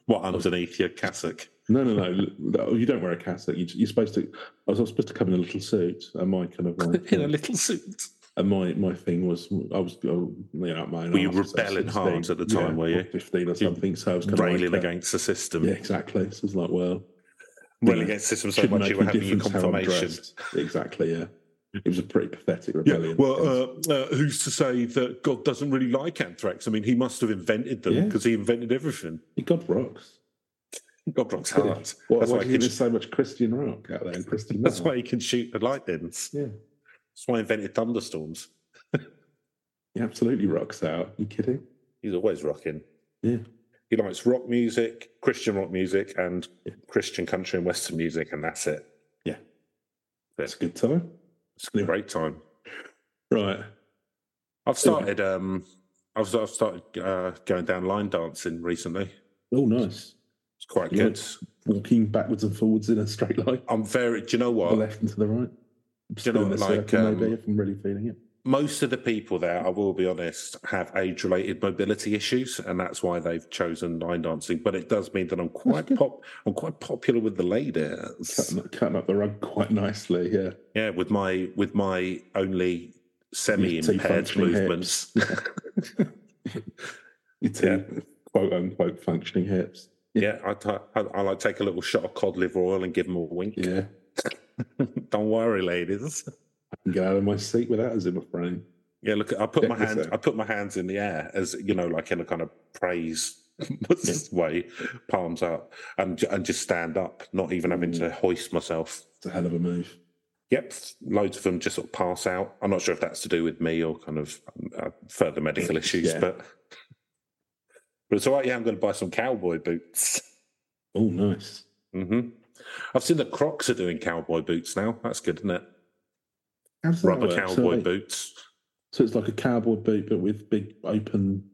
S2: What underneath your cassock?
S3: No, no, no, no. You don't wear a cassock. You, you're supposed to. I was supposed to come in a little suit, and my kind of like uh,
S2: In a little suit.
S3: And my, my thing was, I was, uh, you know, my own
S2: Were you
S3: arse, I was
S2: rebelling hard at the time,
S3: yeah,
S2: were you?
S3: 15 or something. So I was kind of
S2: Railing
S3: like, uh,
S2: against the system.
S3: Yeah, exactly. So it's like, well,
S2: Railing
S3: Yeah.
S2: against the system so
S3: shouldn't
S2: much
S3: make
S2: you were
S3: any
S2: having your
S3: difference how I'm
S2: confirmation.
S3: dressed. Exactly, yeah. It was a pretty pathetic
S2: Yeah,
S3: rebellion.
S2: well, uh, uh, who's to say that God doesn't really like anthrax? I mean, he must have invented them
S3: Yeah.
S2: because he invented everything.
S3: God rocks.
S2: God rocks hard.
S3: Why,
S2: that's,
S3: why
S2: why
S3: do
S2: he
S3: you
S2: can,
S3: think there's so much Christian rock out there and Christian
S2: that's
S3: metal?
S2: why he can shoot the lightnings.
S3: Yeah.
S2: That's why he invented thunderstorms.
S3: He absolutely rocks out. you kidding?
S2: He's always rocking.
S3: Yeah.
S2: He likes rock music, Christian rock music, and Christian country and Western music, and that's it.
S3: That's a good time.
S2: It's a great time.
S3: Right.
S2: I've started. Um, I've, I've started uh, going down line dancing recently. It's
S3: Oh, nice.
S2: quite
S3: Yeah.
S2: good.
S3: Walking backwards and forwards in a straight line,
S2: I'm very. Do you know
S3: to
S2: what?
S3: the left and to the right.
S2: you know,
S3: In a
S2: like,
S3: circle,
S2: um,
S3: maybe if I'm really feeling it.
S2: most of the people there, I will be honest, have age related mobility issues, and that's why they've chosen line dancing. But it does mean that I'm quite
S3: good.
S2: pop I'm quite popular with the ladies.
S3: Cutting, up- cutting up the rug quite nicely, yeah.
S2: Yeah, with my with my only semi impaired
S3: functioning
S2: movements.
S3: Your two
S2: Yeah.
S3: quote unquote functioning hips.
S2: yeah, I ta- I I like take a little shot of cod liver oil and give them a wink.
S3: Yeah.
S2: Don't worry, ladies.
S3: and get out of my seat without a Zimmer frame.
S2: Yeah, look, I put
S3: Check
S2: my
S3: this
S2: hands.
S3: out.
S2: I put my hands in the air as you know, like in a kind of praise way, palms up, and ju- and just stand up, not even having to hoist myself.
S3: It's a hell of a move.
S2: Yep, loads of them just sort of pass out. I'm not sure if that's to do with me or kind of um, uh, further medical issues,
S3: Yeah.
S2: but but it's all right. Yeah, I'm going to buy some cowboy boots.
S3: Oh, nice.
S2: hmm I've seen that Crocs are doing cowboy boots now. That's good, isn't it?
S3: How does that
S2: Rubber
S3: work? so,
S2: cowboy
S3: like-
S2: boots.
S3: so it's like a cowboy boot, but with big open.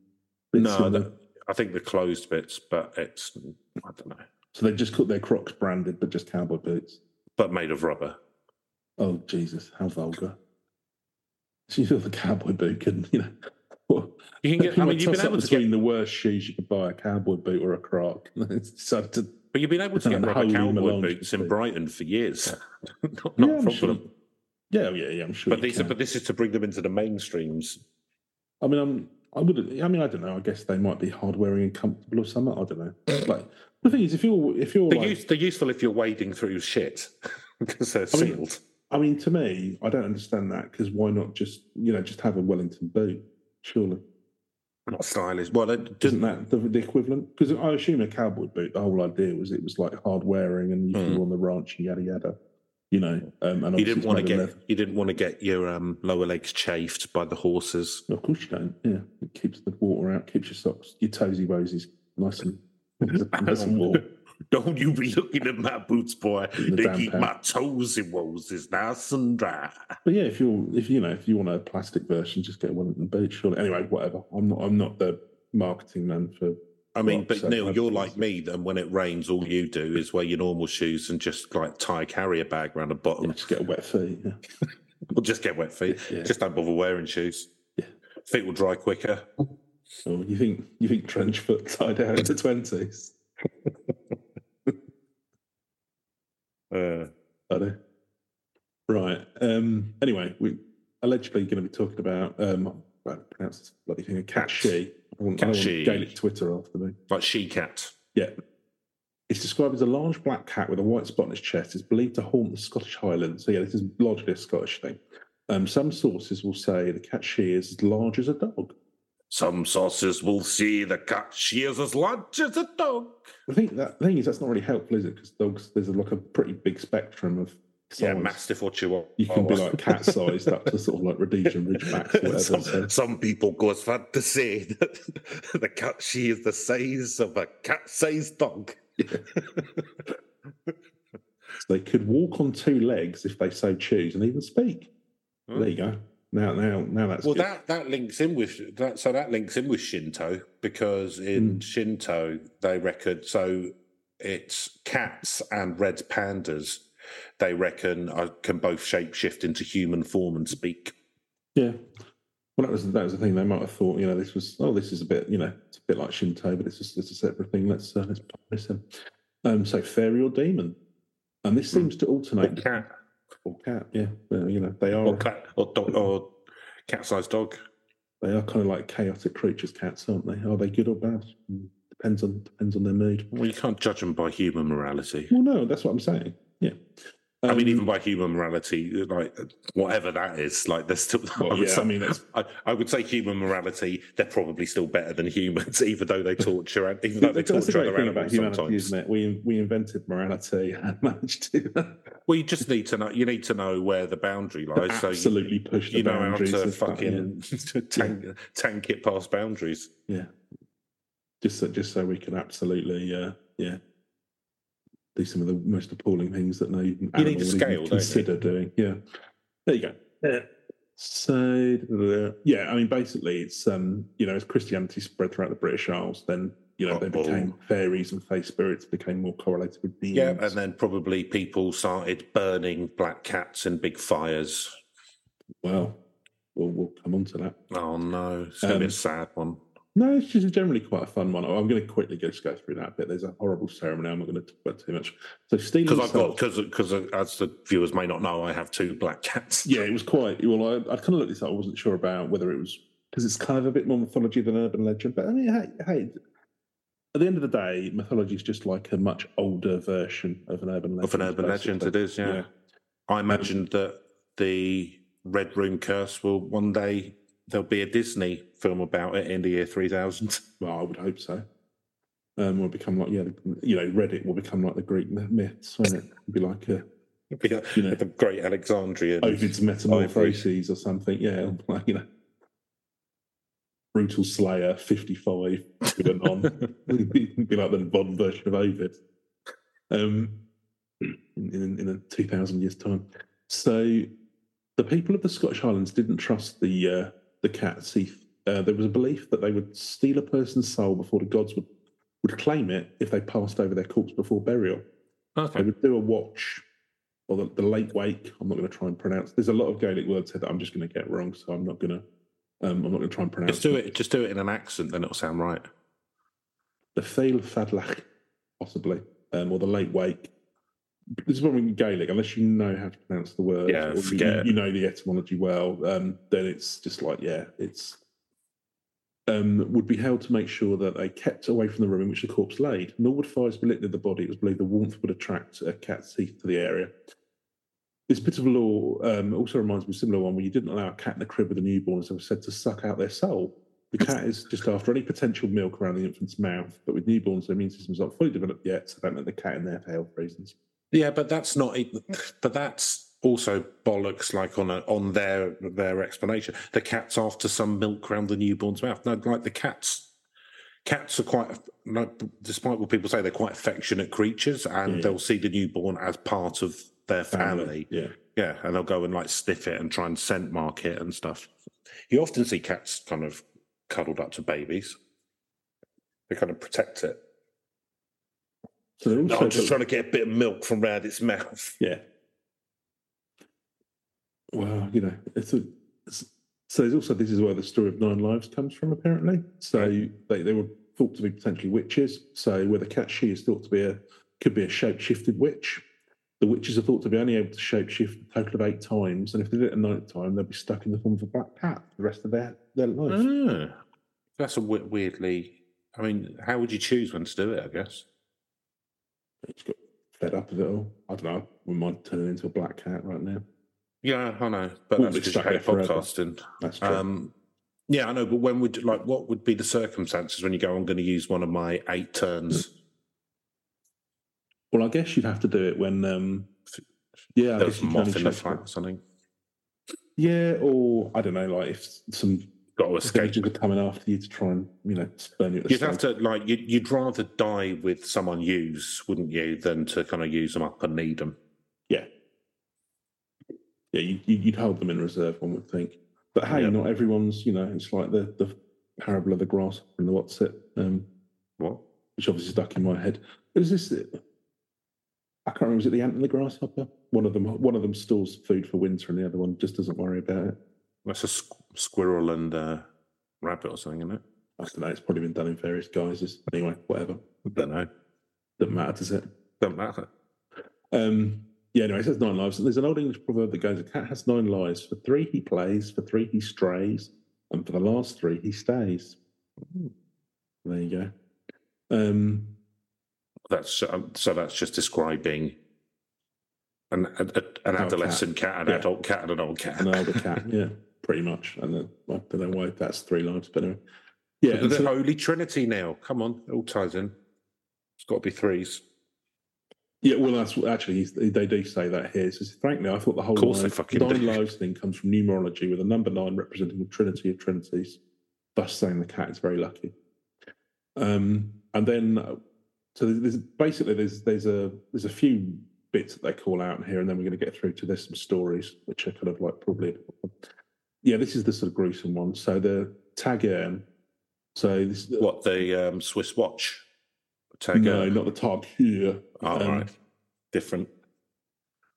S3: bits
S2: No,
S3: in the-
S2: that, I think the closed bits, but it's I don't know.
S3: so they just got their Crocs branded, but just cowboy boots.
S2: but made of rubber.
S3: Oh Jesus, how vulgar! So you feel the cowboy boot, and you know, well,
S2: You can get. I mean, you've been able to
S3: between
S2: get,
S3: the worst shoes you could buy, a cowboy boot or a Croc. so to,
S2: but you've been able to get
S3: the
S2: rubber
S3: Holy
S2: cowboy
S3: Melange
S2: boots in
S3: thing.
S2: Brighton for years. Not
S3: Yeah,
S2: a
S3: I'm sure-
S2: problem.
S3: yeah, yeah, yeah, I'm sure.
S2: But
S3: you
S2: these, are,
S3: can.
S2: but this is to bring them into the mainstreams.
S3: I mean, I'm, I wouldn't. I mean, I don't know. I guess they might be hard wearing and comfortable or something. I don't know. Like the thing is, if you're if you're
S2: They're,
S3: like,
S2: use, they're useful if you're wading through shit because they're
S3: I mean-
S2: sealed.
S3: I mean, to me, I don't understand that because why not just you know just have a Wellington boot? Surely
S2: Not stylish. Well, it
S3: isn't
S2: doesn't.
S3: that the, the equivalent? Because I assume a cowboy boot. The whole idea was it was like hard wearing and you
S2: Hmm.
S3: were on the ranch and yada yada. You know, um, and
S2: You
S3: obviously
S2: didn't
S3: it's
S2: want to
S3: made of
S2: get.
S3: leather.
S2: You didn't want to get your um, lower legs chafed by the horses.
S3: Of course you don't. Yeah, it keeps the water out, keeps your socks, your toesy wosies nice and nice and warm.
S2: Don't you be looking at my boots, boy.
S3: In the
S2: they
S3: damp
S2: keep
S3: air.
S2: my toes in roses, nice and dry.
S3: But yeah, if you if you know if you want a plastic version, just get one at the beach. Surely. Anyway, whatever. I'm not I'm not the marketing man for.
S2: I mean,
S3: Right,
S2: but
S3: so
S2: Neil,
S3: I've-
S2: you're like me. Then when it rains, all you do is wear your normal shoes and just like tie a carrier bag around the bottom,
S3: Just get a wet feet. Yeah.
S2: or just get wet feet.
S3: Yeah.
S2: Just don't bother wearing shoes.
S3: Yeah.
S2: Feet will dry quicker.
S3: Or you think you think trench foot tied out into twenties?
S2: Uh,
S3: I do. Right. Um. Anyway, we allegedly going to be talking about um. I don't pronounce this bloody thing. A catchy. I want, I want
S2: Catchy.
S3: Gaelic Twitter after me.
S2: like she cat.
S3: Yeah. It's described as a large black cat with a white spot on its chest. It's believed to haunt the Scottish Highlands. So, yeah, this is largely a Scottish thing. Um, some sources will say the cat she is as large as a dog.
S2: Some sources will see the cat. She is as large as a dog.
S3: I think that the thing is that's not really helpful, is it? Because dogs, there's like a pretty big spectrum of size.
S2: Yeah, Oh. mastiff or chihuahua.
S3: You can be like cat sized up to sort of like Rhodesian Ridgebacks or whatever. so-
S2: some, some people go as far to say that the cat she is the size of a cat-sized dog.
S3: They could walk on two legs if they so choose and even speak. There you go. Now, now, now that's
S2: well
S3: good.
S2: that that links in with that so that links in with shinto because in shinto they reckon so it's cats and red pandas they reckon uh, can both shapeshift into human form and speak
S3: Yeah. Well, that was that was the thing. They might have thought, you know, this was oh, this is a bit, you know, it's a bit like Shinto, but it's just it's a separate thing. Let's uh, let's pop this in. Um, so fairy or demon, and
S2: Hmm.
S3: this seems to alternate
S2: cat
S3: or cat. Yeah, well, you know, they are.
S2: or cat or, dog, or cat-sized dog.
S3: They are kind of like chaotic creatures, cats, aren't they? Are they good or bad? Depends on depends on their mood.
S2: Well, you can't judge them by human morality.
S3: Well, no, that's what I'm saying. Yeah.
S2: I mean,
S3: Um,
S2: even by human morality, like whatever that is, like there's still. I,
S3: well,
S2: would
S3: yeah, I
S2: say,
S3: mean, that's
S2: I, I would say human morality. They're probably still better than humans, even though they torture and even though they
S3: that's the
S2: torture
S3: great
S2: other
S3: thing about
S2: animals
S3: humanity,
S2: sometimes.
S3: isn't it? We we invented morality and managed to
S2: Well, you just need to know. You need to know where the boundary lies. so you,
S3: absolutely push the
S2: you know how
S3: boundaries.
S2: to
S3: and stuff, yeah.
S2: fucking tank, tank it past boundaries.
S3: Yeah. Just so, just so we can absolutely, uh, yeah, do some of the most appalling things that no animal
S2: a
S3: would even
S2: scale, don't you?
S3: consider doing. Yeah. There you go. Yeah. So uh, yeah, I mean, basically, it's um, you know, as Christianity spread throughout the British Isles, then you know they
S2: Uh-oh.
S3: became fairies and fae spirits became more correlated with demons.
S2: Yeah, and then probably people started burning black cats in big fires.
S3: well, we'll we'll come on to that.
S2: Oh no, it's gonna be a
S3: Um,
S2: sad one.
S3: No, it's just generally quite a fun one. I'm going to quickly just go through that bit. There's a horrible ceremony. I'm not going to talk about too much. So stealing
S2: Because I've got
S3: salt-
S2: because because as the viewers may not know, I have two black cats.
S3: Yeah, it was quite. Well, I, I kind of looked this up. I wasn't sure about whether it was because it's kind of a bit more mythology than urban legend. But I mean, hey, hey, at the end of the day, mythology is just like a much older version of an urban legend.
S2: of an urban legend, it
S3: basically.
S2: is. Yeah, I imagine that the Red Room curse will one day there'll be a Disney film about it in the year three thousand.
S3: Well, I would hope so. Um, will become like yeah, the- you know, Reddit will become like the Greek myth- myths, won't it? It'll be like a You know.
S2: the Great Alexandrian.
S3: Ovid's Metamorphoses or something. Yeah, like, you know, brutal Slayer fifty-five going on. It'd be like the Bond version of Ovid. Um, in, in, in a 2,000 years' time. So the people of the Scottish Highlands didn't trust the uh, the cat's teeth. Uh, there was a belief that they would steal a person's soul before the gods would, would claim it if they passed over their corpse before burial. They
S2: Okay.
S3: would do a watch or the, the late wake. I'm not going to try and pronounce. There's a lot of Gaelic words here that I'm just going to get wrong, so I'm not going to. Um, I'm not going to try and pronounce.
S2: Just do it. Just do it in an accent, then it'll sound right.
S3: The Fail Fadlach, possibly, um, or the late wake. This is what in Gaelic. Unless you know how to pronounce the word,
S2: Yeah,
S3: or you-
S2: forget
S3: you,
S2: it.
S3: you know the etymology well, um, then it's just like yeah, it's. Um, would be held to make sure that they kept away from the room in which the corpse laid. Nor would fires be lit near the body. It was believed the warmth would attract uh, cat's teeth to the area. This bit of law um, also reminds me of a similar one where you didn't allow a cat in the crib with a newborn, as I was said, to suck out their soul. The cat is just after any potential milk around the infant's mouth, but with newborns, their immune system's not fully developed yet, so don't let the cat in there for health reasons.
S2: Yeah, but that's not. even- But that's also bollocks. Like on a, on their their explanation, the cat's after some milk round the newborn's mouth. No, like the cats. Cats are quite, like, despite what people say, they're quite affectionate creatures, and
S3: Yeah.
S2: they'll see the newborn as part of their family.
S3: Yeah.
S2: Yeah, and they'll go and like sniff it and try and scent mark it and stuff. You often see cats kind of cuddled up to babies. They kind of protect it.
S3: So they're
S2: No,
S3: also
S2: I'm just trying to get a bit of milk from round its mouth.
S3: Yeah. Well, you know, it's a. It's, so there's also this is where the story of nine lives comes from, apparently. So they, they were thought to be potentially witches. So where the cat she is thought to be a could be a shape shifted witch. The witches are thought to be only able to shape shift a total of eight times, and if they did it at night time, they'll be stuck in the form of a black cat for the rest of their, their life.
S2: Ah, that's a we- weirdly. I mean, how would you choose when to do it? I guess.
S3: I just got fed up of it all. I don't know. We might turn into a black cat right now.
S2: Yeah, I know, but that's
S3: Wouldn't be
S2: because you
S3: stuck
S2: hate
S3: there forever.
S2: podcasting.
S3: That's true.
S2: Um, yeah, I know, but when would like what would be the circumstances when you go? I'm going to use one of my eight turns.
S3: well, I guess you'd have to do it when. Um, yeah, I
S2: there was
S3: guess
S2: a
S3: you can only
S2: moth in the
S3: shape-
S2: flat or something.
S3: Yeah, or I don't know, like if some
S2: Got to escape.
S3: scages are coming after you to try and you know spurn you. At the
S2: You'd have to like you'd, you'd rather die with someone use, wouldn't you, than to kind of use them up and need them?
S3: yeah, yeah. You, you- you'd hold them in reserve, one would think. But hey,
S2: Yeah.
S3: not everyone's. You know, it's like the the parable of the grass and the what's it, um,
S2: What?
S3: which obviously stuck in my head. It was this. I can't remember. Was it the ant and the grasshopper? One of them. One of them stores food for winter, and the other one just doesn't worry about it.
S2: That's a squ- squirrel and uh, rabbit or something, isn't it?
S3: I don't know. It's probably been done in various guises. Anyway, whatever.
S2: don't know.
S3: Doesn't matter, does it?
S2: Don't matter.
S3: Um, Yeah, anyway, it says nine lives. There's an old English proverb that goes, a cat has nine lives. For three he plays, for three he strays, and for the last three he stays. There you go. Um,
S2: That's um, so. That's just describing an a, a- an
S3: cat.
S2: adolescent cat, an
S3: Yeah.
S2: adult cat, and an old cat.
S3: an older cat, yeah, pretty much. And then, I don't know why that's three lives, but anyway. Yeah, and
S2: the
S3: so-
S2: Holy Trinity now. Come on, it all ties in. It's got to be threes.
S3: Yeah, well, that's actually he's- they do say that here. It says, frankly, I thought the whole
S2: Of course they
S3: nine,
S2: fucking
S3: nine
S2: do.
S3: lives thing comes from numerology, with the number nine representing the trinity of trinities. Thus, saying the cat is very lucky. Um, and then, uh, so there's basically there's there's a there's a few bits that they call out here, and then we're going to get through to there's some stories which are kind of like probably, yeah, this is the sort of gruesome one. So the Tagern, so this
S2: What the um, Swiss watch? Tag
S3: no, not the Tag here.
S2: all
S3: um,
S2: right. different.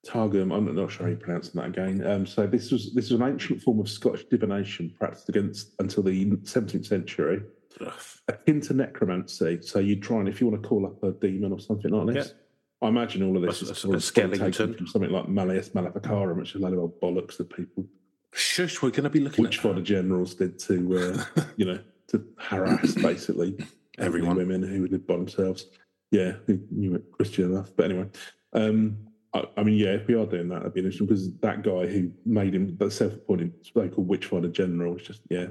S3: Targum, I'm not sure how you pronounce that again. Um, so this was this was an ancient form of Scottish divination practiced against until the 17th century,
S2: Ugh.
S3: akin to necromancy. So you try and if you want to call up a demon or something like this, I imagine all of this
S2: A-
S3: is
S2: a- a
S3: sort of
S2: skeleton.
S3: taken from something like Malleus Maleficarum, which is a load of old bollocks that people
S2: Shush, we're going to be looking at
S3: Witchfinder generals did to uh, you know to harass basically
S2: Everyone.
S3: women who lived by themselves. Yeah, who knew it Christian enough. But anyway, um, I, I mean, yeah, if we are doing that, that'd be interesting because that guy who made him the self-appointed so-called Witchfinder general was just yeah,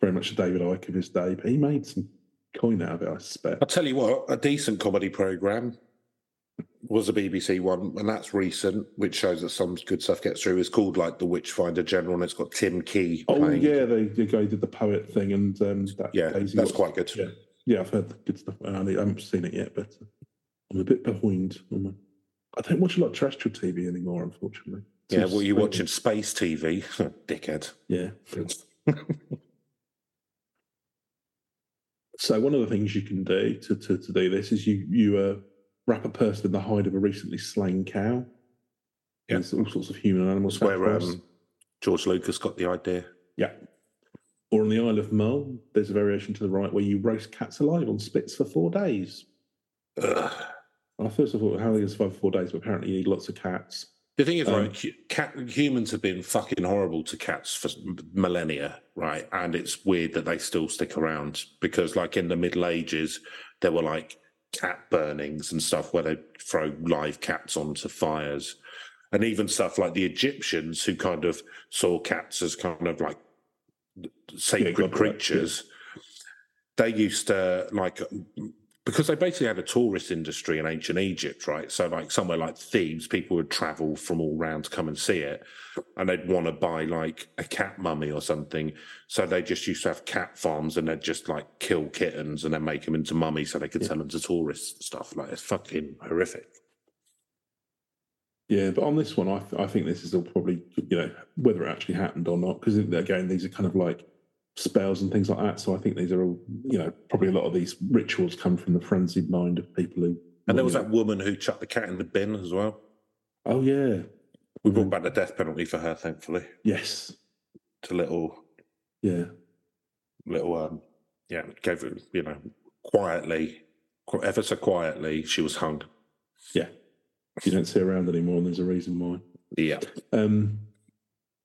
S3: very much a David Icke of his day. But he made some coin out of it, I suspect.
S2: I'll tell you what, a decent comedy programme was a BBC one, and that's recent, which shows that some good stuff gets through. It's called like The Witchfinder General, and it's got Tim Key
S3: Oh
S2: playing.
S3: yeah, they the guy who did the poet thing and um, that
S2: Yeah,
S3: Daisy
S2: that's
S3: Watson.
S2: quite good.
S3: Yeah. Yeah, I've heard the good stuff. I haven't- I haven't seen it yet, but I'm a bit behind. on my- I don't watch a lot of terrestrial TV anymore, unfortunately.
S2: Yeah, well, you're
S3: Seems-
S2: watching Space TV, dickhead.
S3: Yeah. So one of the things you can do to, to, to do this is you you uh, wrap a person in the hide of a recently slain cow.
S2: Yeah.
S3: There's all sorts of human and animal
S2: That's where
S3: sacrifice.
S2: um, George Lucas got the idea.
S3: Yeah. Or on the Isle of Mull, there's a variation to the right where you roast cats alive on spits for four days.
S2: Ugh.
S3: I first of all, how are they going to survive four days? But apparently, you need lots of cats.
S2: The thing is,
S3: Um,
S2: right, hu- cat, humans have been fucking horrible to cats for s- millennia, right? And it's weird that they still stick around because, like, in the Middle Ages, there were like cat burnings and stuff where they throw live cats onto fires. And even stuff like the Egyptians, who kind of saw cats as kind of like sacred
S3: godlike, yeah.
S2: creatures, they used to like because they basically had a tourist industry in ancient Egypt, right? So, like somewhere like Thebes, people would travel from all round to come and see it, and they'd want to buy like a cat mummy or something. So they just used to have cat farms, and they'd just like kill kittens and then make them into mummies so they could sell them to tourists and stuff. Like it's fucking horrific.
S3: Yeah, but on this one, I, th- I think this is all probably, you know, whether it actually happened or not, because again, these are kind of like spells and things like that. So I think these are all, you know, probably a lot of these rituals come from the frenzied mind of people who.
S2: And there was that woman who chucked the cat in the bin as well.
S3: Oh, yeah. Mm,
S2: We
S3: Mm-hmm.
S2: brought back the death penalty for her, thankfully,
S3: Yes.
S2: to little
S3: Yeah.
S2: little um yeah gave it you know quietly qu- ever so quietly she was hung
S3: You don't see around anymore, and there's a reason why.
S2: yeah
S3: Um,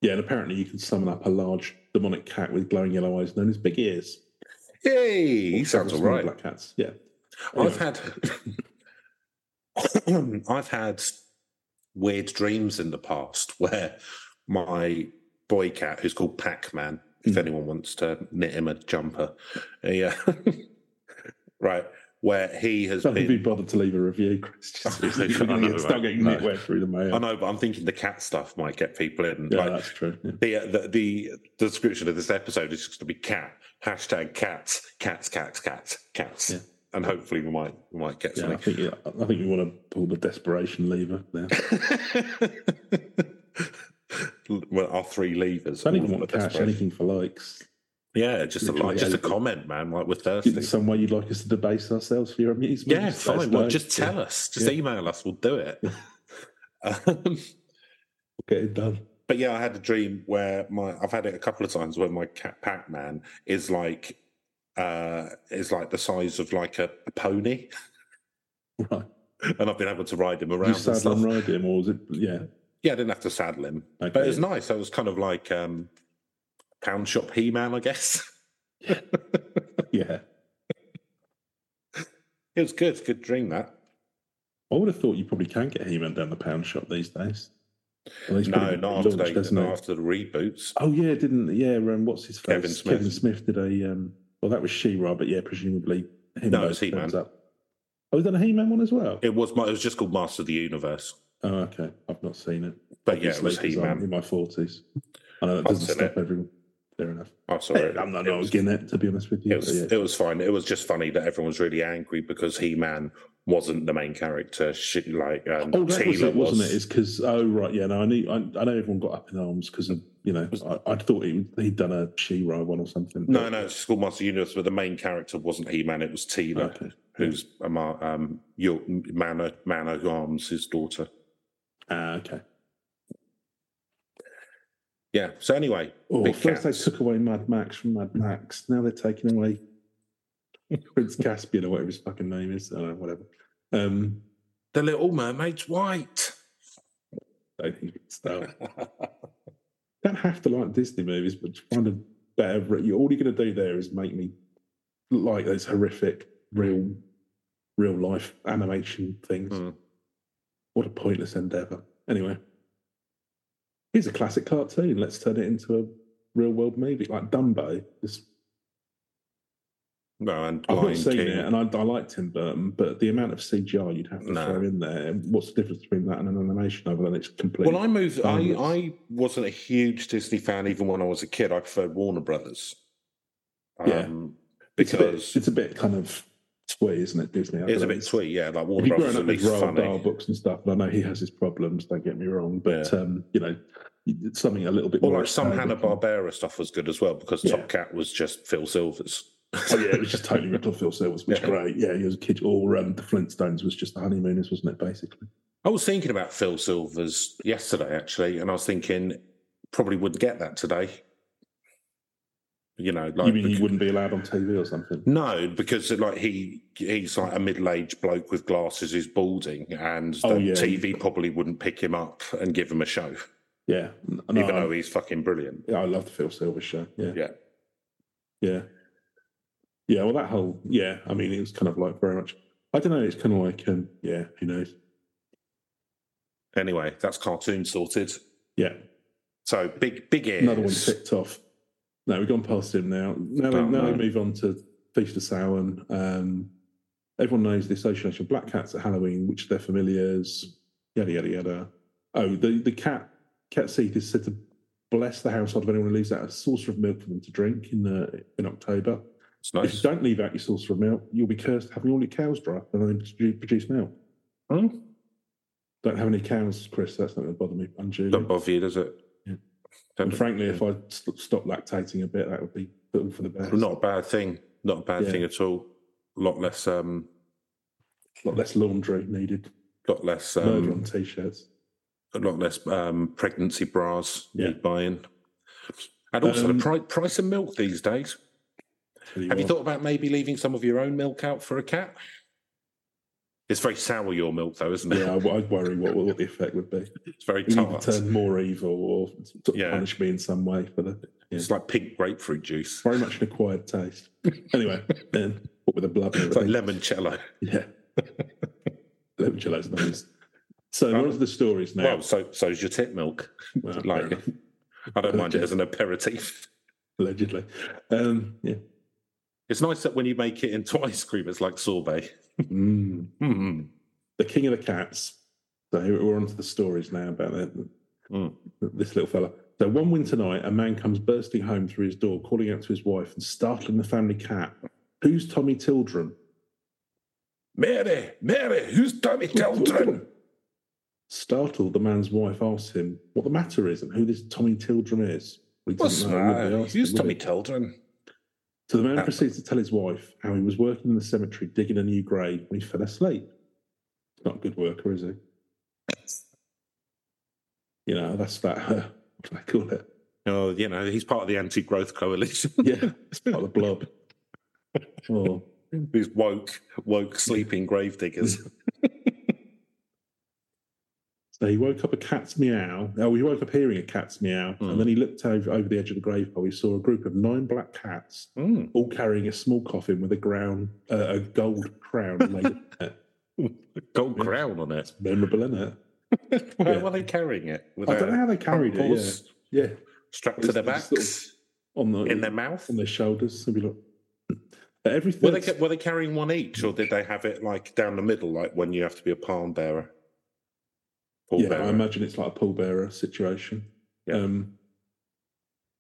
S3: yeah, and apparently you can summon up a large demonic cat with glowing yellow eyes known as Big Ears.
S2: hey he
S3: Or
S2: sounds all
S3: several small
S2: right
S3: Black cats. Yeah.
S2: i've had i've had weird dreams in the past where my boy cat who's called pac-man if
S3: Mm.
S2: anyone wants to knit him a jumper yeah right where he has
S3: Don't
S2: been
S3: be bothered to leave a review, Chris. Just,
S2: I
S3: it's
S2: know,
S3: not getting
S2: no.
S3: knitwear through the mail.
S2: i know but i'm thinking the cat stuff might get people in
S3: Yeah,
S2: like
S3: that's true. Yeah.
S2: the, uh, the the description of this episode is just going to be cat hashtag cats cats cats cats cats
S3: Yeah.
S2: and hopefully we might we might get
S3: Yeah, I
S2: something
S3: think yeah, I think we want to pull the desperation lever there.
S2: well our three levers
S3: Don't
S2: all
S3: even
S2: of
S3: want
S2: the
S3: to cash
S2: desperation.
S3: anything for likes.
S2: yeah just a
S3: Literally
S2: like just a
S3: anything.
S2: comment man like we're
S3: Is there
S2: thirsty
S3: some way you'd like us to debase ourselves for your amusement?
S2: yeah
S3: Just let us
S2: fine well
S3: know.
S2: just tell us just
S3: Yeah.
S2: email us we'll do it um,
S3: Yeah, get it done.
S2: But yeah, I had a dream where my I've had it a couple of times where my cat Pac Man is like uh is like the size of like a, a pony.
S3: Right.
S2: and I've been able to ride him around.
S3: you
S2: and
S3: saddle
S2: stuff.
S3: and ride him, or was it? Yeah,
S2: Yeah, I didn't have to saddle him,
S3: Okay.
S2: but it was nice. I was kind of like um, pound shop He Man, I guess.
S3: yeah.
S2: It was good. Good dream that.
S3: I would have thought you probably can get He-Man down the pound shop these days. Well, he's
S2: No,
S3: probably been
S2: not after,
S3: launched,
S2: they,
S3: hasn't he?
S2: not after the reboots.
S3: Oh yeah, didn't yeah? Um, what's his face?
S2: Kevin Smith.
S3: Kevin Smith did a um. Well, that was She-Ra, but yeah, presumably him
S2: No, it was
S3: turns
S2: He-Man.
S3: Up. Oh, was that a He-Man one as well?
S2: It was my, it was just called Master of the Universe,
S3: Oh, okay. I've not seen it.
S2: but yeah, it
S3: Obviously,
S2: was
S3: 'cause
S2: He
S3: I'm
S2: Man.
S3: in my forties. I know that
S2: I've
S3: doesn't
S2: seen
S3: stop everyone. Fair enough.
S2: I saw it.
S3: I'm not
S2: It was-
S3: getting it to be honest with you.
S2: It was,
S3: but yeah.
S2: it was fine. It was just funny that everyone was really angry because He Man wasn't the main character. Shit, like um,
S3: Oh, that was
S2: Taylor
S3: it, wasn't
S2: was.
S3: it? It's because oh right, yeah. No, I knew. I, I know everyone got up in arms because you know I, I thought he, he'd done a She-Ra one or something.
S2: No, no, it's just called Master of the Universe, but the main character wasn't He Man. It was Taylor,
S3: Okay.
S2: who's a ma- um, your man of man of arms, his daughter.
S3: Ah, okay.
S2: Yeah. So anyway,
S3: Oh,
S2: Big
S3: first
S2: cats.
S3: they took away Mad Max from Mad Max. Now they're taking away Prince Caspian or whatever his fucking name is. I don't know, whatever. Um,
S2: the Little Mermaid's white.
S3: don't even start. don't have to like Disney movies, but to find a better. re- you- All you're going to do there is make me look like those horrific real, real life animation things.
S2: Hmm.
S3: What a pointless endeavor. Anyway, here's a classic cartoon. Let's turn it into a real world movie like Dumbo. Just
S2: No, and
S3: I've
S2: Lion
S3: not seen
S2: King.
S3: it, and I, I like Tim Burton, but the amount of CGI you'd have to
S2: No.
S3: throw in there. What's the difference between that and an animation other than it's completely?
S2: Well, I moved. I,
S3: Timeless.
S2: I wasn't a huge Disney fan even when I was a kid. I preferred Warner Brothers.
S3: Yeah.
S2: Um,
S3: it's, a bit,
S2: because
S3: it's a bit kind of twee, isn't it? Disney. I
S2: it's a
S3: don't
S2: bit
S3: know.
S2: twee, yeah. Like
S3: If
S2: Warner
S3: you've
S2: Brothers
S3: grown
S2: at
S3: up with
S2: least
S3: Roald Dahl
S2: funny.
S3: books and stuff, and I know he has his problems. Don't get me wrong, but um, you know, something a little bit
S2: Or
S3: more.
S2: like some Hanna
S3: expanded.
S2: Barbera stuff was good as well because
S3: Yeah.
S2: Top Cat was just Phil Silvers.
S3: Oh, yeah, it was just totally ripped off Phil Silvers, which
S2: Yeah.
S3: great. Yeah, he was a kid. Or um, the Flintstones was just the honeymooners, wasn't it? Basically,
S2: I was thinking about Phil Silvers yesterday actually, and I was thinking probably wouldn't get that today. You know, like
S3: you mean
S2: because-
S3: he wouldn't be allowed on TV or something?
S2: No, because like he he's like a middle-aged bloke with glasses who's balding, and the
S3: Oh, yeah.
S2: TV probably wouldn't pick him up and give him a show,
S3: Yeah, no,
S2: even
S3: I-
S2: though he's fucking brilliant.
S3: Yeah, I love the Phil Silvers show. Yeah.
S2: Yeah.
S3: Yeah. Yeah. Well, that whole, yeah, I mean, it was kind of like very much, I don't know, it's kind of like, um, yeah, who knows?
S2: Anyway, that's cartoon sorted.
S3: Yeah.
S2: So big, big ears.
S3: Another one ticked off. No, we've gone past him now. Now, we,
S2: Oh,
S3: now we
S2: no.
S3: move on to Feast of Samhain. Um, everyone knows the association of black cats at Halloween, which they're familiars, yada, yada, yada. Oh, the, the cat, cat's teeth is said to bless the household of anyone who leaves out a saucer of milk for them to drink in, the, in October.
S2: It's
S3: If you
S2: nice.
S3: don't leave out your saucer of milk, you'll be cursed having all your cows dry up and then produ- produce milk.
S2: Hmm?
S3: Don't have any cows, Chris. That's not going to bother me unduly.
S2: Don't bother you, does it?
S3: Yeah.
S2: Don't-
S3: and frankly, if I st- stop lactating a bit, that would be all for the best.
S2: not a bad thing, not a bad
S3: Yeah.
S2: thing at all. A lot less, um,
S3: a lot less laundry needed.
S2: lot less,
S3: Murder on
S2: um,
S3: t-shirts.
S2: a lot less um, pregnancy bras
S3: Yeah.
S2: need buying, and also
S3: Um,
S2: the pri- price of milk these days. Have
S3: Tell
S2: you
S3: what.
S2: thought about maybe leaving some of your own milk out for a cat? It's very sour, your milk, though, isn't it?
S3: Yeah, I- I'd worry what, what the effect would be.
S2: It's very
S3: You need
S2: tart.
S3: to turn more evil or sort of
S2: Yeah.
S3: punish me in some way for the
S2: It's like pink grapefruit juice.
S3: very much an acquired taste. anyway, then what with the blub? and
S2: It's like
S3: everything.
S2: limoncello.
S3: Yeah. Limoncello's nice. So what are the stories now?
S2: Well, so so's your tit milk.
S3: Well, fair
S2: Um, Like,
S3: enough,
S2: I don't mind it as an aperitif.
S3: allegedly. Um, yeah.
S2: It's nice that when you make it into ice cream, it's like sorbet.
S3: Mm.
S2: Mm.
S3: The King of the Cats. So we're on to the stories now about that.
S2: Mm.
S3: this little fella. So one winter night, a man comes bursting home through his door, calling out to his wife and startling the family cat. Who's Tommy Tildrum?
S2: Mary, Mary, who's Tommy Telton?
S3: Startled, the man's wife asks him what the matter is and who this Tommy Tildrum is. Well, he
S2: What's
S3: doesn't know, he wouldn't be
S2: that?
S3: asking,
S2: Who's
S3: would
S2: Tommy
S3: he?
S2: Telton?
S3: So the man
S2: That-
S3: proceeds to tell his wife how he was working in the cemetery digging a new grave when he fell asleep. He's not a good worker, is he? You know, that's that. Uh, what do I call it?
S2: Oh, you know, he's part of the anti growth coalition.
S3: Yeah, it's part of the blob. Oh,
S2: These woke, woke sleeping grave diggers.
S3: He woke up a cat's meow. Oh, he woke up hearing a cat's meow,
S2: Mm.
S3: and then he looked over, over the edge of the grave pole. He saw a group of nine black cats,
S2: Mm.
S3: all carrying a small coffin with a ground, uh, a gold crown. laid on it.
S2: Gold crown on it.
S3: Memorable, isn't it?
S2: Where
S3: Yeah.
S2: were they carrying it? With
S3: I don't know how they carried it. Yeah,
S2: horse
S3: yeah.
S2: strapped to
S3: It's-
S2: their backs
S3: it's sort of on the
S2: in their mouth.
S3: on their shoulders. Maybe look. Everything.
S2: Were they ca- were they carrying one each, or did they have it like down the middle, like when you have to be a palm bearer? Palm
S3: yeah, I
S2: bearer.
S3: imagine it's like a pallbearer situation.
S2: Yeah.
S3: Um,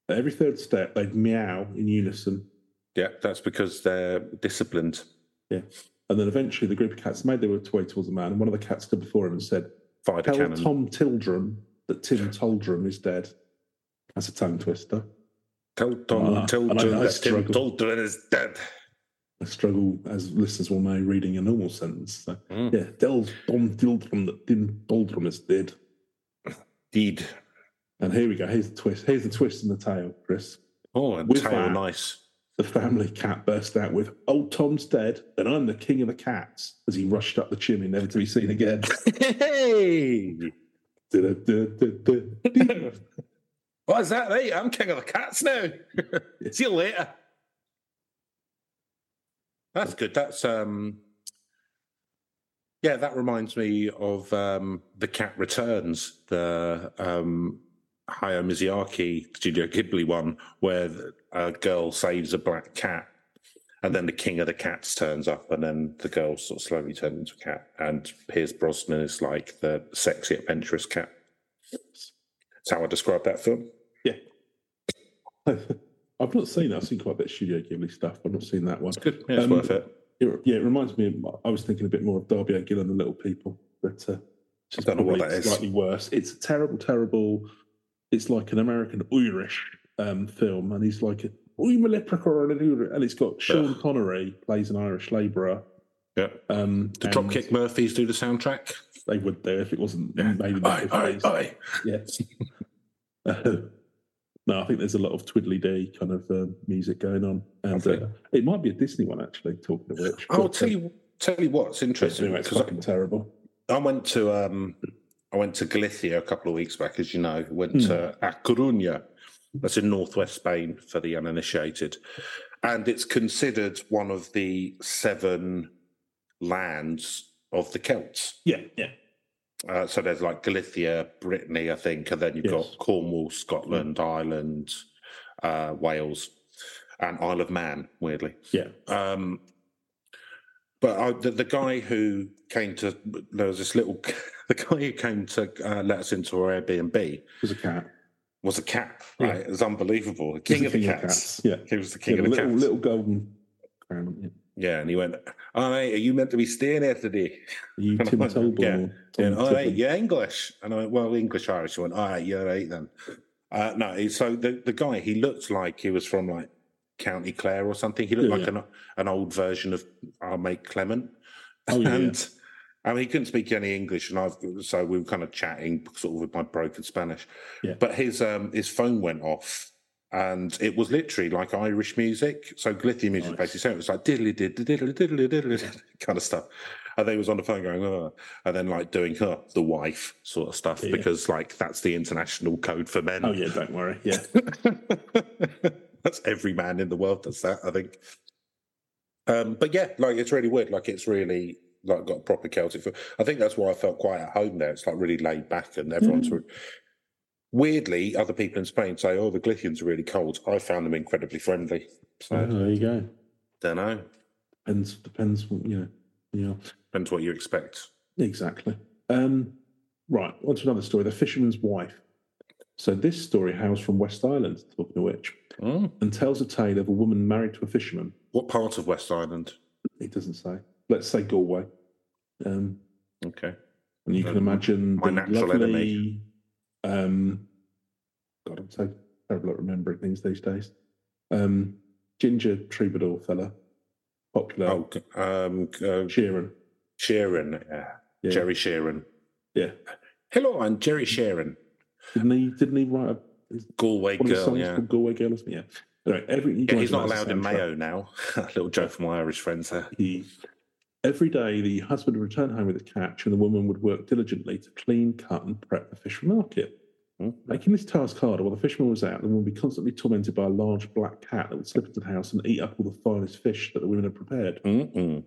S3: at every third step, they'd meow in unison,
S2: yeah, that's because they're disciplined.
S3: and then eventually the group of cats made their way towards the man, and one of the cats stood before him and said,
S2: Fired a
S3: "Tell
S2: cannon.
S3: Tom Tildrum that Tim Toldrum is dead." That's a tongue twister.
S2: Tell Tom
S3: Ah,
S2: tell
S3: I know,
S2: John
S3: I
S2: that Tim
S3: struggle.
S2: Dalton is dead.
S3: I struggle, as listeners will know, reading a normal sentence. So,
S2: Mm.
S3: yeah, tell Tom Tildrum that Tim Toldrum is dead.
S2: Deed.
S3: And here we go. Here's the twist. Here's the twist in the tale, Chris.
S2: Oh, and
S3: With
S2: tail
S3: that-
S2: nice.
S3: The family cat burst out with, Old Tom's dead, and I'm the king of the cats, as he rushed up the chimney, never to be seen again.
S2: hey!
S3: Du-du-du-du-du.
S2: What is that? Hey, I'm king of the cats now. See you later. That's good. That's um yeah, that reminds me of um The Cat Returns, the um Hayao Miyazaki Studio Ghibli one, where the- a girl saves a black cat, and then the king of the cats turns up, and then the girl sort of slowly turns into a cat, and Piers Brosnan is like the sexy, adventurous cat. That's how I describe that film.
S3: I've not seen that. I've seen quite a bit of Studio Ghibli stuff. but I've not seen that one.
S2: It's good. Yeah, it's
S3: Um,
S2: worth it.
S3: It, yeah, it reminds me. Of, I was thinking a bit more of Darby O'Gill and the Little People, but uh,
S2: I don't know what
S3: probably
S2: that is.
S3: Slightly worse. It's a terrible, terrible. It's like an American Irish um, film, and he's like a I'm a leprechaun, and an Irish-" and it's got Sean
S2: Ugh.
S3: Connery plays an Irish labourer.
S2: Yeah.
S3: Um,
S2: The
S3: and
S2: Dropkick Murphys do the soundtrack.
S3: They would do if it wasn't
S2: Yeah.
S3: made in the
S2: Aye, aye,
S3: 50s.
S2: aye.
S3: Yes. no, I think there's a lot of twiddly d kind of uh, music going on, and
S2: Okay.
S3: uh, it might be a Disney one actually. Talking of which,
S2: I'll
S3: but,
S2: tell
S3: uh,
S2: you tell you what's interesting
S3: anyway, it's
S2: because
S3: fucking terrible.
S2: I, I went to um I went to Galicia a couple of weeks back, as you know. Went
S3: Hmm.
S2: to A Coruña. That's in northwest Spain for the uninitiated, and it's considered one of the seven lands of the Celts.
S3: Yeah, yeah.
S2: Uh, so there's like Galicia, Brittany, I think, and then you've
S3: Yes.
S2: got Cornwall, Scotland, Ireland, uh, Wales, and Isle of Man, weirdly.
S3: Yeah.
S2: Um, but I, the, the guy who came to, there was this little, the guy who came to uh, let us into our Airbnb
S3: There's a cat.
S2: was a cat,
S3: Yeah.
S2: right? It was unbelievable. The king,
S3: He's
S2: of the cats.
S3: Yeah.
S2: He was the king
S3: yeah,
S2: of the
S3: little,
S2: cats.
S3: little golden crown. Yeah.
S2: Yeah, and he went, all right, are you meant to be staying here today?
S3: You Tim
S2: Yeah.
S3: Tolborn.
S2: Yeah.
S3: or Tom
S2: And, all right,
S3: Tibbin.
S2: you're English. And I went, well, English Irish. He went, all right, you're right then. Uh, no, he- so the, the guy, he looked like he was from like County Clare or something. He looked
S3: Yeah,
S2: like An, an old version of our mate Clement.
S3: Oh, yeah.
S2: And I mean, he couldn't speak any English. And I've, so we were kind of chatting sort of with my broken Spanish.
S3: Yeah.
S2: But his, um, his phone went off. And it was literally like Irish music. So Glithy music
S3: Nice.
S2: basically so it was like diddly did diddly diddly diddly kind of stuff. And they was on the phone going, oh, and then like doing her the wife sort of stuff
S3: Yeah.
S2: because like that's the international code for men.
S3: Oh yeah, don't worry. Yeah,
S2: that's every man in the world does that, I think. Um, but yeah, like it's really weird. Like it's really like got a proper Celtic feel. I think that's why I felt quite at home there. It's like really laid back and everyone's.
S3: Mm.
S2: re- Weirdly, other people in Spain say, "Oh, the Galicians are really cold." I found them incredibly friendly. So
S3: Oh, there you go.
S2: don't know.
S3: Depends. Depends. what, You know. Yeah.
S2: Depends what you expect.
S3: Exactly. Um, right, on to another story The Fisherman's Wife. So, this story hails from West Island, talking of which,
S2: Mm.
S3: and tells a tale of a woman married to a fisherman.
S2: What part of West Island?
S3: It doesn't say. Let's say Galway. Um,
S2: Okay.
S3: and you can
S2: Um,
S3: imagine
S2: my
S3: the
S2: natural
S3: lovely. Um, God, I'm so terrible at remembering things these days. Um, ginger troubadour fella, popular.
S2: Oh, g- um, g- uh,
S3: Sheeran.
S2: Sheeran. Yeah.
S3: Yeah.
S2: Jerry Sheeran.
S3: Yeah.
S2: Hello, I'm Jerry Sheeran.
S3: Didn't he? Didn't he write a,
S2: Galway
S3: one of his
S2: girl.
S3: songs
S2: Yeah.
S3: called Galway Girl? Or something? Yeah. Anyway, every, you
S2: yeah.
S3: can
S2: He's not allowed
S3: imagine
S2: in
S3: that's a soundtrack.
S2: Mayo now. a little joke for my Irish friends there.
S3: he Every day, the husband would return home with a catch, and the woman would work diligently to clean, cut, and prep the fish for market. Making this task harder, while the fisherman was out, the woman would be constantly tormented by a large black cat that would slip into the house and eat up all the finest fish that the women had prepared.
S2: Mm-mm.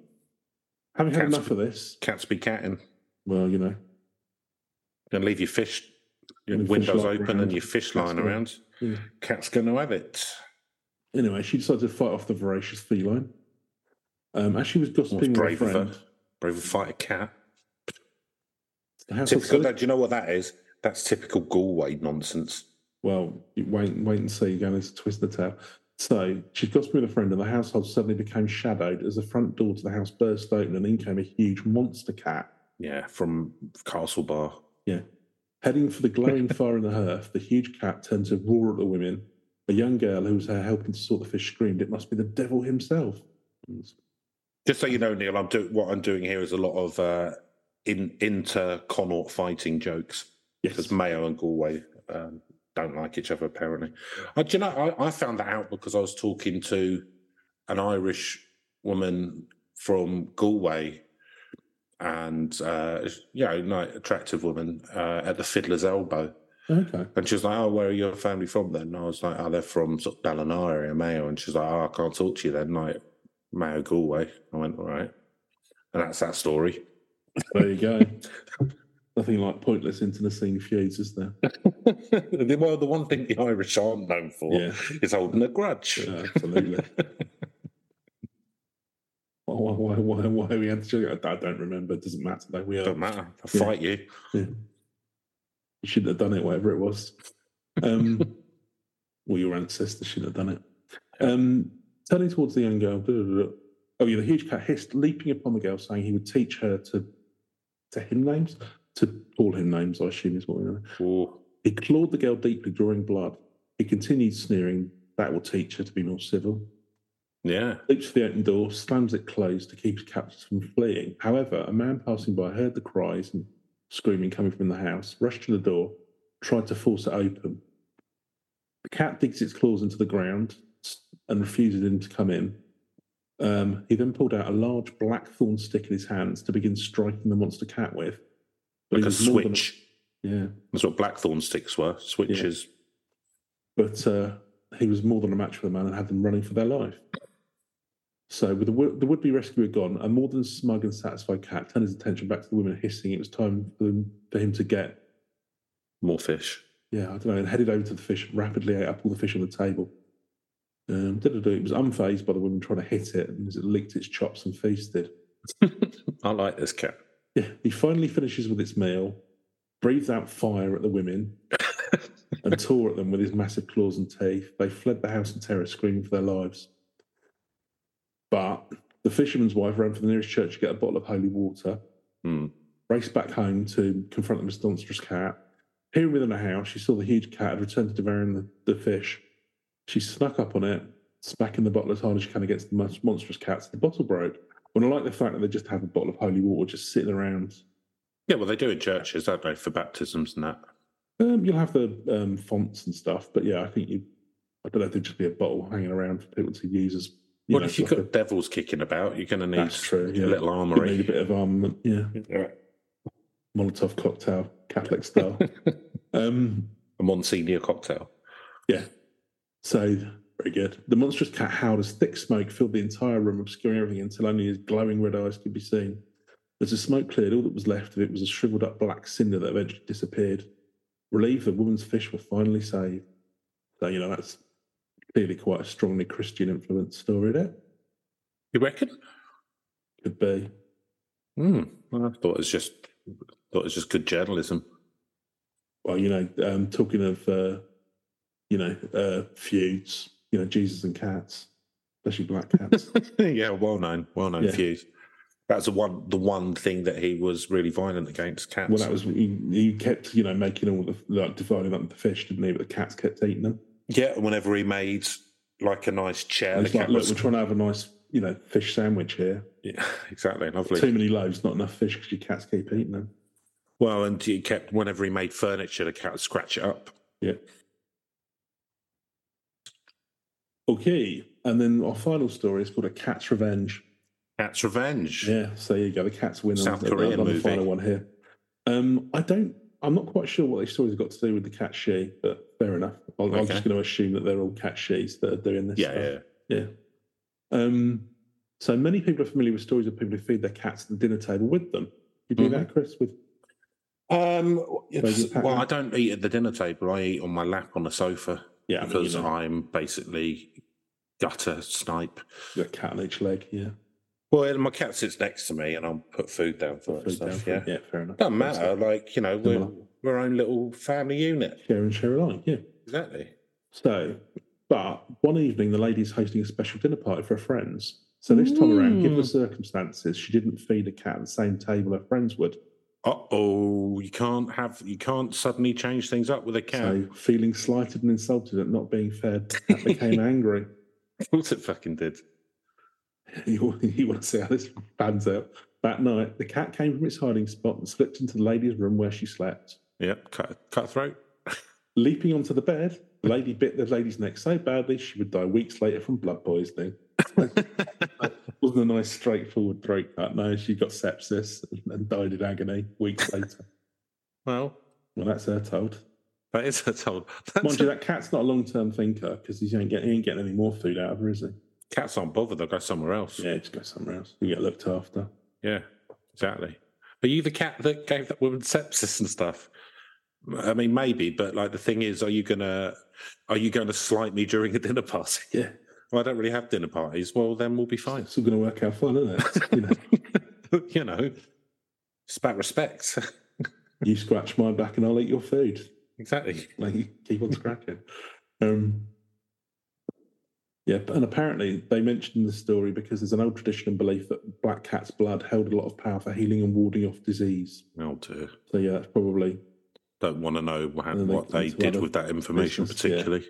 S3: Having had
S2: Cats-
S3: enough of this,
S2: Cats be catting.
S3: well, you know,
S2: Gonna leave your fish, your
S3: Leave the fish
S2: windows
S3: lying
S2: open
S3: around.
S2: and your fish
S3: Cat's
S2: lying
S3: gonna-
S2: around.
S3: yeah.
S2: Cat's gonna have it.
S3: Anyway, she decided to fight off the voracious feline. Um, as she was
S2: What's
S3: gossiping with a
S2: brave of her?
S3: friend,
S2: Brave of fight a cat.
S3: the household
S2: Typical.
S3: solicitor-
S2: Do you know what that is? That's typical Galway nonsense.
S3: Well, you wait, wait and see. You're going to twist the tail. So she's gossiping with a friend, and the household suddenly became shadowed as the front door to the house burst open, and in came a huge monster cat.
S2: Yeah, from Castle Bar.
S3: Heading for the glowing fire in the hearth, the huge cat turned to roar at the women. A young girl who was there helping to sort the fish screamed, "It must be the devil himself!"
S2: Just so you know, Neil, I'm doing what I'm doing here is a lot of uh, in inter Connaught fighting jokes because
S3: Yes,
S2: Mayo and Galway um, don't like each other apparently. Uh, do you know? I, I found that out because I was talking to an Irish woman from Galway, and uh, you know, nice, attractive woman uh, at the Fiddler's Elbow.
S3: okay.
S2: And she was like, "Oh, where are your family from then?" And I was like, "Oh, they're from sort of Dallanar area, Mayo." And she's like, "Oh, I can't talk to you then, like Mayo, Galway." I went, "All right," and that's that story.
S3: There you go. Nothing like pointless internecine feuds, is there?
S2: The- well, the one thing the Irish aren't known for
S3: Yeah.
S2: is holding a grudge.
S3: Yeah, absolutely. why, why, why, why, why we had to do it? I don't remember. It doesn't matter. Though. We uh, are,
S2: Don't matter. I'll
S3: Yeah.
S2: fight you.
S3: you shouldn't have done it, whatever it was. Um, well, your ancestors shouldn't have done it. Um, turning towards the young girl, duh, duh, duh, duh. oh yeah, the huge cat hissed, leaping upon the girl, saying he would teach her to, to him names, to call him names. I assume is what we know.
S2: Or
S3: He clawed the girl deeply, drawing blood. He continued sneering, "That will teach her to be more civil."
S2: yeah,
S3: leaps for the open door, slams it closed to keep his captors from fleeing. However, a man passing by heard the cries and screaming coming from the house, rushed to the door, tried to force it open. The cat digs its claws into the ground and refuses him to come in. Um, he then pulled out a large black thorn stick in his hands to begin striking the monster cat with. But he
S2: like a
S3: was more than-
S2: switch.
S3: yeah.
S2: That's what blackthorn sticks were. Switches.
S3: but uh, he was more than a match for the man and had them running for their life. So, with the, wo- the would-be rescuer gone, a more than smug and satisfied cat turned his attention back to the women, hissing. It was time for, them, for him to get,
S2: More fish.
S3: yeah, I don't know, and headed over to the fish, rapidly ate up all the fish on the table. Um, da-da-da, it was unfazed by the women trying to hit it, and as it licked its chops and feasted.
S2: I like this cat.
S3: Yeah, he finally finishes with its meal, breathes out fire at the women, and tore at them with his massive claws and teeth. They fled the house in terror, screaming for their lives. But the fisherman's wife ran for the nearest church to get a bottle of holy water,
S2: Hmm.
S3: raced back home to confront the monstrous cat. Here within the house, she saw the huge cat had returned to devouring the, the fish. She snuck up on it, smacking the bottle as hard as she can against the mon- monstrous cat, so the bottle broke. When I like the fact that they just have a bottle of holy water just sitting around
S2: Yeah, well, they do in churches, don't they, for baptisms and that.
S3: Um, you'll have the um, fonts and stuff, but yeah, I think you. I don't know if there'd just be a bottle hanging around for people to use as. You
S2: Well,
S3: know,
S2: if you've
S3: like
S2: got devils kicking about, you're going to need
S3: That's true, yeah.
S2: a little
S3: a, you need a
S2: armory.
S3: bit of armament, yeah,
S2: Yeah.
S3: Molotov cocktail, Catholic style. um,
S2: A Monsignor cocktail.
S3: so very good. The monstrous cat howled as thick smoke filled the entire room, obscuring everything until only his glowing red eyes could be seen. As the smoke cleared, all that was left of it was a shriveled up black cinder that eventually disappeared. Relieved, the woman's fish were finally saved. So you know that's clearly quite a strongly Christian influenced story there.
S2: You reckon?
S3: Could be.
S2: Hmm. Well, I thought it was just thought it was just good journalism.
S3: Well, you know, um, talking of, uh, you know, uh, feuds, you know, Jesus and cats, especially black cats.
S2: yeah, well known, well known
S3: Yeah.
S2: views. That's the one the one thing that he was really violent against cats.
S3: well, that was, you, you kept, you know, making all the, like, dividing up the fish, didn't he? But the cats kept eating them.
S2: yeah, whenever he made like a nice chair,
S3: And
S2: the
S3: it's like,
S2: cat
S3: look,
S2: was
S3: we're trying to have a nice, you know, fish sandwich here.
S2: yeah, exactly lovely.
S3: Too many loaves, not enough fish because your cats keep eating them.
S2: Well, and he kept whenever he made furniture, the cat would scratch it up.
S3: Okay. And then our final story is called A Cat's Revenge.
S2: Cat's Revenge.
S3: Yeah, so there you go. The cats win.
S2: South
S3: on,
S2: Korean
S3: on
S2: movie.
S3: the final one here. Um, I don't. I'm not quite sure what this story's got to do with the cat she, but fair enough. I'm, I'm
S2: Okay.
S3: just going to assume that they're all cat she's that are doing this.
S2: Yeah,
S3: stuff.
S2: yeah.
S3: Um, so many people are familiar with stories of people who feed their cats at the dinner table with them. You do
S2: Mhm.
S3: that, Chris? With
S2: Um,
S3: it's-
S2: it's- well, I don't eat at the dinner table. I eat on my lap on the sofa
S3: yeah, I mean, you
S2: because
S3: know,
S2: I'm basically gutter snipe.
S3: you've got a cat on each leg. Yeah,
S2: Well, and my cat sits next to me, and I'll put food down for it and
S3: Food down
S2: stuff.
S3: for
S2: Yeah,
S3: it. yeah, fair enough.
S2: doesn't matter. Like you know, we're
S3: Similar.
S2: we're our own little family unit.
S3: Share and share alike. Yeah.
S2: Exactly.
S3: So, but one evening, the lady's hosting a special dinner party for her friends. So this time around, given
S2: Mm.
S3: the circumstances, she didn't feed a cat at the same table her friends would.
S2: Uh oh, you can't have you can't suddenly change things up with a cat.
S3: So, feeling slighted and insulted at not being fed, the cat became angry.
S2: Of course, it fucking did.
S3: You, you want to see how this pans out? That night, the cat came from its hiding spot and slipped into the lady's room where she slept.
S2: Yep, cut cutthroat.
S3: Leaping onto the bed, the lady bit the lady's neck so badly she would die weeks later from blood poisoning. wasn't a nice straightforward throat cut. No, she got sepsis and, and died in agony weeks later.
S2: well,
S3: Well, that's her told.
S2: that is a told. That's
S3: Mind you, that cat's not a long-term thinker because he ain't getting, he ain't getting any more food out of her, is he?
S2: cats aren't bothered. They'll go somewhere else.
S3: Yeah, just go somewhere else. You get looked after.
S2: Yeah, exactly. Are you the cat that gave that woman sepsis and stuff? I mean, maybe, but like the thing is, are you gonna are you going to slight me during a dinner party?
S3: Yeah,
S2: Well, I don't really have dinner parties. Well, then we'll be fine.
S3: it's all going to work out fine, isn't it? you, know,
S2: you know, it's about respect.
S3: you scratch my back and I'll eat your food.
S2: exactly.
S3: Like you keep on scratching. Um, yeah, and apparently they mentioned in the story because there's an old tradition and belief that black cat's blood held a lot of power for healing and warding off disease.
S2: Oh dear.
S3: So yeah, that's probably
S2: Don't want to know what,
S3: And they
S2: what they
S3: come to
S2: did
S3: other
S2: with that information,
S3: business, yeah.
S2: particularly.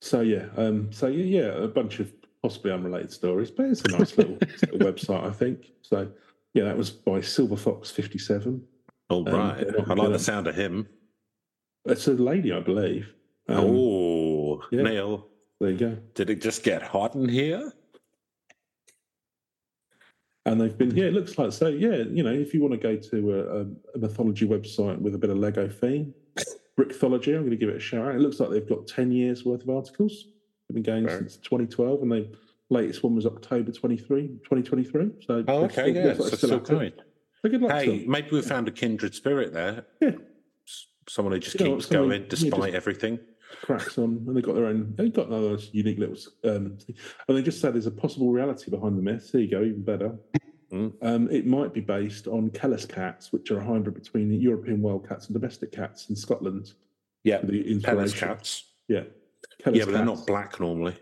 S3: so. Yeah, um, so yeah, yeah, a bunch of possibly unrelated stories, but it's a nice little, little website, I think. So yeah, that was by Silver Fox Fifty Seven.
S2: All
S3: Um,
S2: Oh, right.
S3: they're not
S2: I like
S3: gonna-
S2: the sound of him.
S3: It's a lady, I believe. Um,
S2: oh,
S3: yeah.
S2: Neil,
S3: There you go.
S2: did it just get hot in here?
S3: And they've been yeah, it looks like so yeah. You know, if you want to go to a, a, a mythology website with a bit of Lego theme, Brickthology, I'm going to give it a shout out. It looks like they've got ten years worth of articles. They've been going
S2: Right.
S3: since 2012, and the latest one was October 23, 2023. So
S2: Oh,
S3: it's
S2: okay.
S3: still-
S2: Yeah,
S3: it's
S2: so
S3: like
S2: it's
S3: still
S2: still
S3: active.
S2: going.
S3: So good luck to
S2: Hey,
S3: them.
S2: maybe we found a kindred spirit there.
S3: Yeah.
S2: S- Someone who just
S3: You know,
S2: keeps
S3: someone-
S2: going
S3: yeah, just-
S2: despite everything.
S3: cracks on, and they've got their own. They've got another unique little. Um, thing. and they just said there's a possible reality behind the myth. There you go, even better.
S2: Mm.
S3: Um, it might be based on Kellis cats, which are a hybrid between European wild cats and domestic cats in Scotland.
S2: Yeah,
S3: the
S2: Palace
S3: inspiration.
S2: cats.
S3: Yeah, Kellis
S2: yeah, but they're
S3: cats.
S2: not black normally.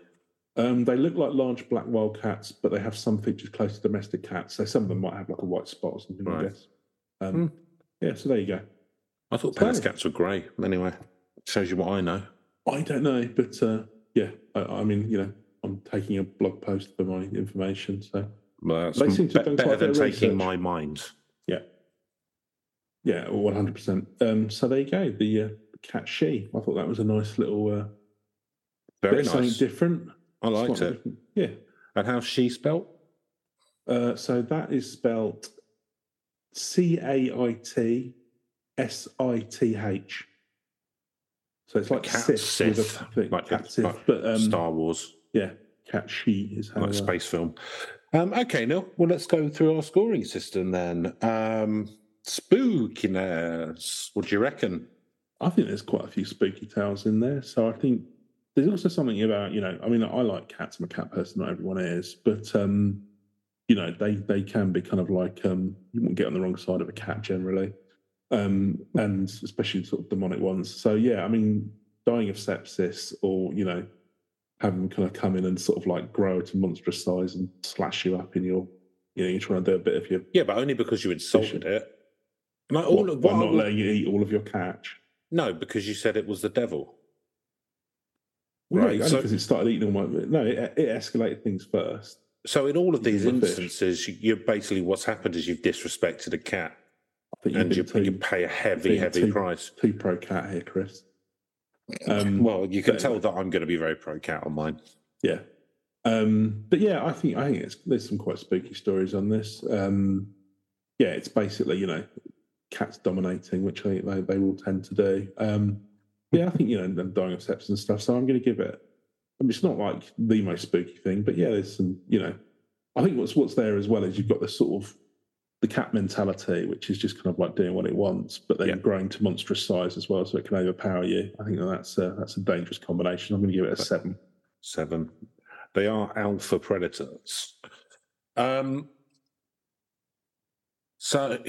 S3: Um, they look like large black wild cats, but they have some features close to domestic cats. So some of them might have like a white spot or something. I
S2: Right. Hmm.
S3: guess. Um, Yeah, so there you go.
S2: I thought
S3: So-
S2: Palace cats were grey. Anyway, shows you what I know.
S3: I don't know, but uh, yeah, I, I mean, you know, I'm taking a blog post for my information. So
S2: Well, that's
S3: They seem to have
S2: be-
S3: done
S2: better
S3: quite a
S2: than
S3: bit of
S2: taking
S3: research.
S2: my mind.
S3: yeah, one hundred percent. Um, so there you go. The uh, cat she. I thought that was a nice little uh,
S2: Very
S3: bit of
S2: nice.
S3: something different.
S2: I liked
S3: Slightly
S2: it.
S3: different. Yeah.
S2: And how's she spelt?
S3: Uh, so that is spelt C A I T S I T H. So it's like
S2: cat
S3: Sith, with
S2: Sith,
S3: a thing,
S2: like the-
S3: cat Sith,
S2: like
S3: but um,
S2: Star Wars,
S3: yeah, cat she is how.
S2: like
S3: uh,
S2: space film. Um, okay, Neil. Well, let's go through our scoring system then. Um, spookiness. What do you reckon?
S3: I think there's quite a few spooky tales in there. So I think there's also something about, you know, I mean, I like cats. I'm a cat person, not everyone is, but, um, you know, they, they can be kind of like, um, you wouldn't get on the wrong side of a cat generally, um, and especially sort of demonic ones. So, yeah, I mean, dying of sepsis or, you know, having them kind of come in and sort of like grow to monstrous size and slash you up in your, you know, you're trying to do a bit of your,
S2: Yeah, but only because you insulted it. Like all
S3: what,
S2: of
S3: by
S2: what I
S3: not
S2: would-
S3: letting you eat all of your catch.
S2: No, because you said it was the devil.
S3: Well,
S2: Right,
S3: No,
S2: so-
S3: because it started eating all my. No, it, it escalated things first.
S2: So in all of these
S3: He's a fish.
S2: instances, you- you're basically what's happened is you've disrespected a cat,
S3: I think
S2: and you,
S3: you've been
S2: you
S3: too,
S2: pay a heavy,
S3: being
S2: heavy
S3: too-
S2: price.
S3: too pro cat here, Chris. Um,
S2: Well, you can
S3: but-
S2: tell that I'm going to be very pro cat on mine.
S3: yeah. Um, but yeah, I think I think it's, there's some quite spooky stories on this. Um, yeah, it's basically you know cats dominating, which I think they, they will tend to do. Um, yeah, I think you know them dying of sepsis and stuff. So I'm going to give it. I mean, it's not like the most spooky thing, but yeah, there's some you know. I think what's what's there as well is you've got this sort of the cat mentality, which is just kind of like doing what it wants, but then
S2: Yeah.
S3: growing to monstrous size as well, so it can overpower you. I think that's a, that's a dangerous combination. I'm going to give it a seven.
S2: Seven. They are alpha predators. Um, so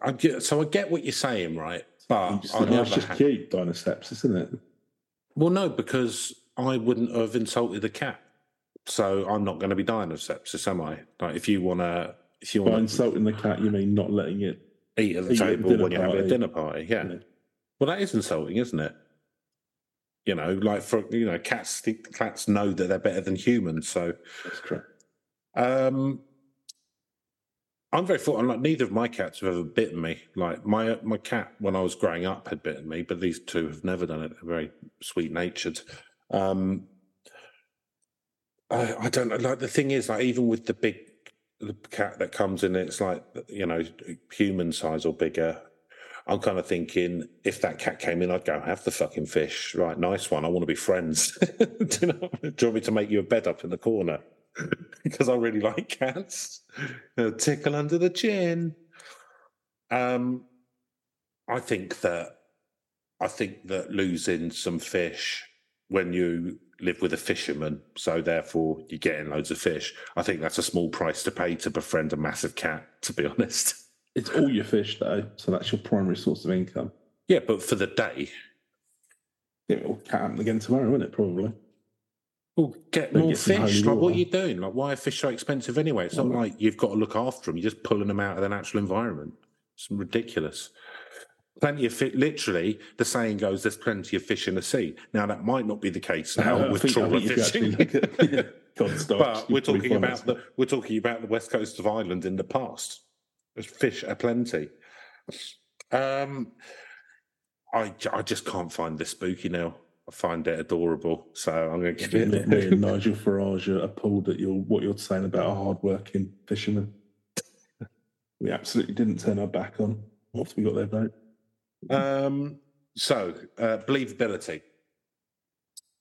S2: I get, so I get what you're saying, right?
S3: You
S2: But
S3: just
S2: on
S3: think,
S2: the
S3: "Oh, it's
S2: other
S3: just
S2: hand,
S3: cute, Dinoceps, isn't it?
S2: well, no, because I wouldn't have insulted the cat, so I'm not going to be dying of sepsis, am I? Like, if you want to, if you
S3: By
S2: want to
S3: insulting the cat, you mean not letting it.
S2: eat at the
S3: eat at the
S2: table
S3: dinner
S2: when you're having a
S3: party.
S2: dinner party, yeah.
S3: Yeah.
S2: Well, that is insulting, isn't it? You know, like for you know, cats think cats know that they're better than humans, so.
S3: That's correct.
S2: Um, I'm very fortunate. Like neither of my cats have ever bitten me. Like my my cat when I was growing up had bitten me, but these two have never done it. They're very sweet natured. Um, I I don't know. Like the thing is, like even with the big the cat that comes in, it's like you know human size or bigger. I'm kind of thinking if that cat came in, I'd go have the fucking fish. Right, nice one. I want to be friends. do, you know, do you want me to make you a bed up in the corner? because I really like cats. A tickle under the chin. Um, I think that I think that losing some fish when you live with a fisherman, so therefore you're getting loads of fish. I think that's a small price to pay to befriend a massive cat. To be honest,
S3: It's all your fish, though, so that's your primary source of income.
S2: yeah, but for the day,
S3: Yeah, It will cat happen again tomorrow, isn't it? Probably.
S2: Well, get
S3: Then
S2: more
S3: get some holy
S2: fish. Like, what
S3: water.
S2: are you doing? Like, why are fish so expensive anyway? It's not
S3: Well-
S2: like you've got to look after them. You're just pulling them out of their natural environment. It's ridiculous. Plenty of fish. Literally, the saying goes, "There's plenty of fish in the sea." Now, that might not be the case now with trawler
S3: if you actually
S2: fishing,
S3: look at- yeah, God, stop.
S2: but
S3: You
S2: we're
S3: probably
S2: talking
S3: find
S2: about the we're talking about the west coast of Ireland in the past. There's fish aplenty. Um, I j- I just can't find this spooky now. I find it adorable, so I'm going to give
S3: Me
S2: it.
S3: and- me and Nigel Farage are appalled at your what you're saying about a hard-working fisherman. We absolutely didn't turn our back on. What have we got there, mate?
S2: Um, so uh, believability.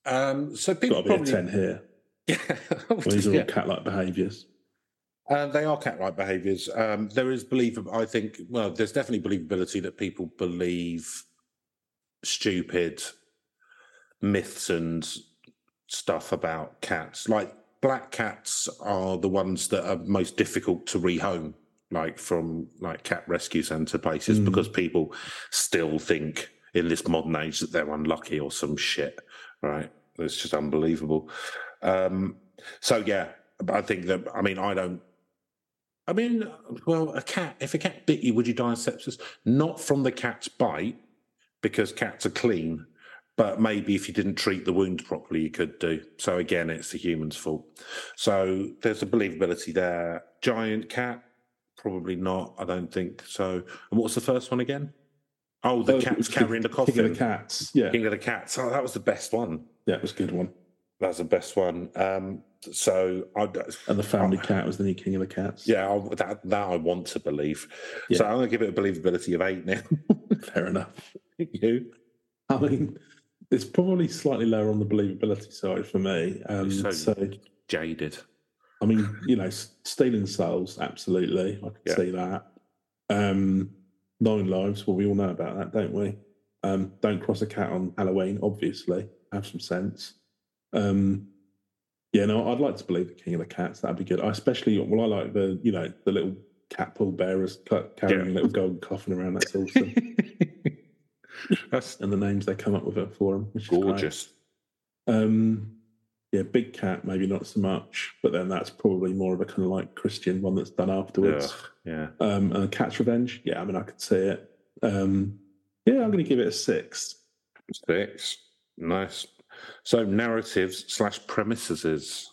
S2: Um, so people
S3: Got to be a
S2: probably
S3: ten here.
S2: yeah,
S3: Well, these are
S2: Yeah.
S3: all cat-like behaviours.
S2: Uh, they are cat-like behaviours. Um, there is belief. I think. Well, there's definitely believability that people believe stupid myths and stuff about cats. Like black cats are the ones that are most difficult to rehome, like from like cat rescue centre places,
S3: Mm.
S2: because people still think in this modern age that they're unlucky or some shit. Right? It's just unbelievable. Um, so yeah, but I think that I mean I don't. I mean, well, a cat. If a cat bit you, would you die of sepsis? Not from the cat's bite, because cats are clean. But maybe if you didn't treat the wound properly, you could do. So again, it's the human's fault. So there's a believability there. Giant cat, probably not. I don't think so. And what's the first one again? Oh, the
S3: Oh,
S2: cat's
S3: it's the
S2: carrying the coffin.
S3: King of the cats. Yeah,
S2: King of the cats. Oh, that was the best one.
S3: yeah, it was a good one.
S2: That's the best one. Um, so I,
S3: And the family cat was the new king of the cats.
S2: Oh. yeah, I, that that I want to believe. So
S3: Yeah.
S2: I'm going to give it a believability of eight now.
S3: fair enough.
S2: you
S3: I mean, it's probably slightly lower on the believability side for me. Um,
S2: So-
S3: so
S2: jaded.
S3: I mean, you know, s- stealing souls, absolutely. I can
S2: Yeah.
S3: see that. Um, nine lives, well, we all know about that, don't we? Um, don't cross a cat on Halloween, obviously. Have some sense. Um, yeah, no, I'd like to believe the king of the cats. That'd be good. I especially, well, I like the, you know, the little cat pull bearers ca- carrying a little golden coffin around. That's awesome.
S2: That's
S3: and the names they come up with it for them, which is great.
S2: gorgeous.
S3: Um, yeah, Big Cat, maybe not so much, but then that's probably more of a kind of like Christian one that's done afterwards.
S2: Ugh, yeah.
S3: Um, and Cat's Revenge, yeah, I mean, I could see it. Um, yeah, I'm going to give it a six.
S2: Six. Nice. So narratives slash premises.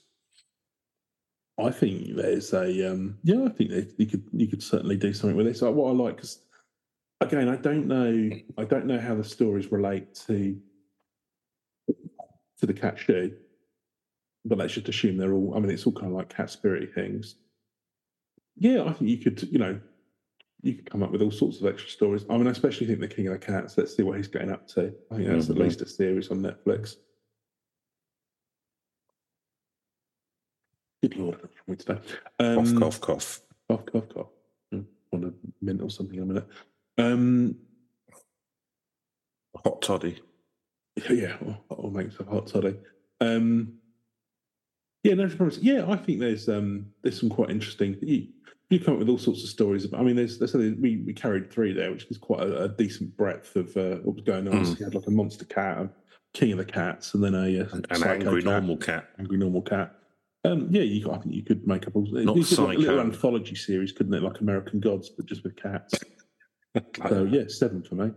S3: I think there's a um, yeah. I think that you could you could certainly do something with this. Like, what I like because again, I don't know I don't know how the stories relate to to the cat shoe. but let's just assume they're all. I mean, it's all kind of like cat spirit things. Yeah, I think you could, you know, you could come up with all sorts of extra stories. I mean, I especially think the King of the Cats. Let's see what he's getting up to. I think that's
S2: Mhm.
S3: at least a series on Netflix. Good lord, I'm from today.
S2: Cough,
S3: Um,
S2: cough, cough.
S3: Cough, cough, cough. Mm, Want a mint or something in a minute. Um,
S2: Hot toddy.
S3: yeah, yeah, oh, I'll, I'll make some hot toddy. Um, yeah, no problems. Yeah, I think there's um, there's some quite interesting. You, you come up with all sorts of stories. About, I mean, there's, there's something- we we carried three there, which is quite a, a decent breadth of uh, what was going on.
S2: Mm.
S3: So you had like a monster cat, a king of the cats, and then a uh,
S2: An, an
S3: psycho
S2: angry
S3: cat.
S2: normal cat.
S3: angry normal cat. Um, yeah, you, I think you could make up all
S2: Not
S3: you could, like, a
S2: Psycho.
S3: little anthology series, couldn't it? Like American Gods, but just with cats. So Uh, yeah, seven for me.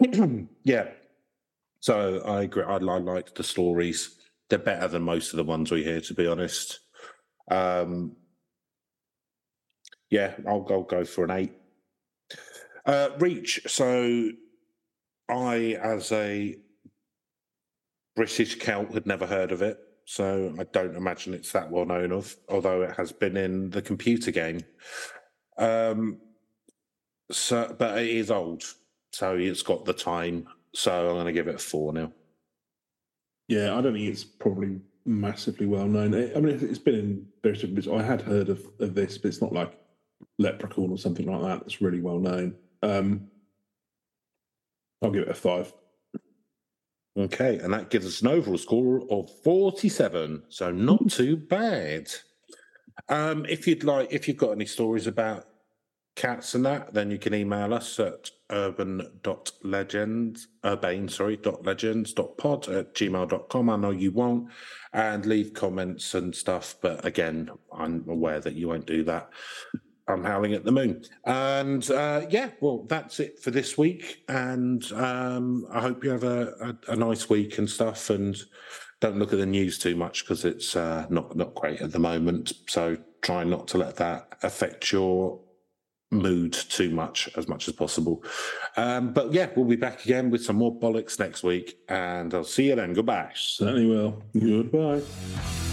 S2: yeah. So I agree. I, I like the stories. They're better than most of the ones we hear, to be honest. Um, yeah, I'll, I'll go for an eight. Uh, reach. So I, as a British Celt, had never heard of it. So I don't imagine it's that well known of, although it has been in the computer game. Um, so, but it is old. So it's got the time. So I'm going to give it a four now.
S3: Yeah, I don't think it's probably massively well known. I I mean, it's- it's been in various different bits. I had heard of, of this, but it's not like Leprechaun or something like that that's really well known. Um, I'll give it a five.
S2: Okay, and that gives us an overall score of 47, so not too bad. Um, if you'd like, if you've got any stories about cats and that, then you can email us at urban.legends, urbane, sorry, dot legends dot pod at gmail.com. I know you won't, and leave comments and stuff, but again, I'm aware that you won't do that. I'm howling at the moon. And uh, yeah, well, that's it for this week. And um, I hope you have a, a, a nice week and stuff. And don't look at the news too much because it's uh, not not great at the moment. So try not to let that affect your mood too much as much as possible. Um, but yeah, we'll be back again with some more bollocks next week. And I'll see you then. Goodbye.
S3: Certainly will. Goodbye.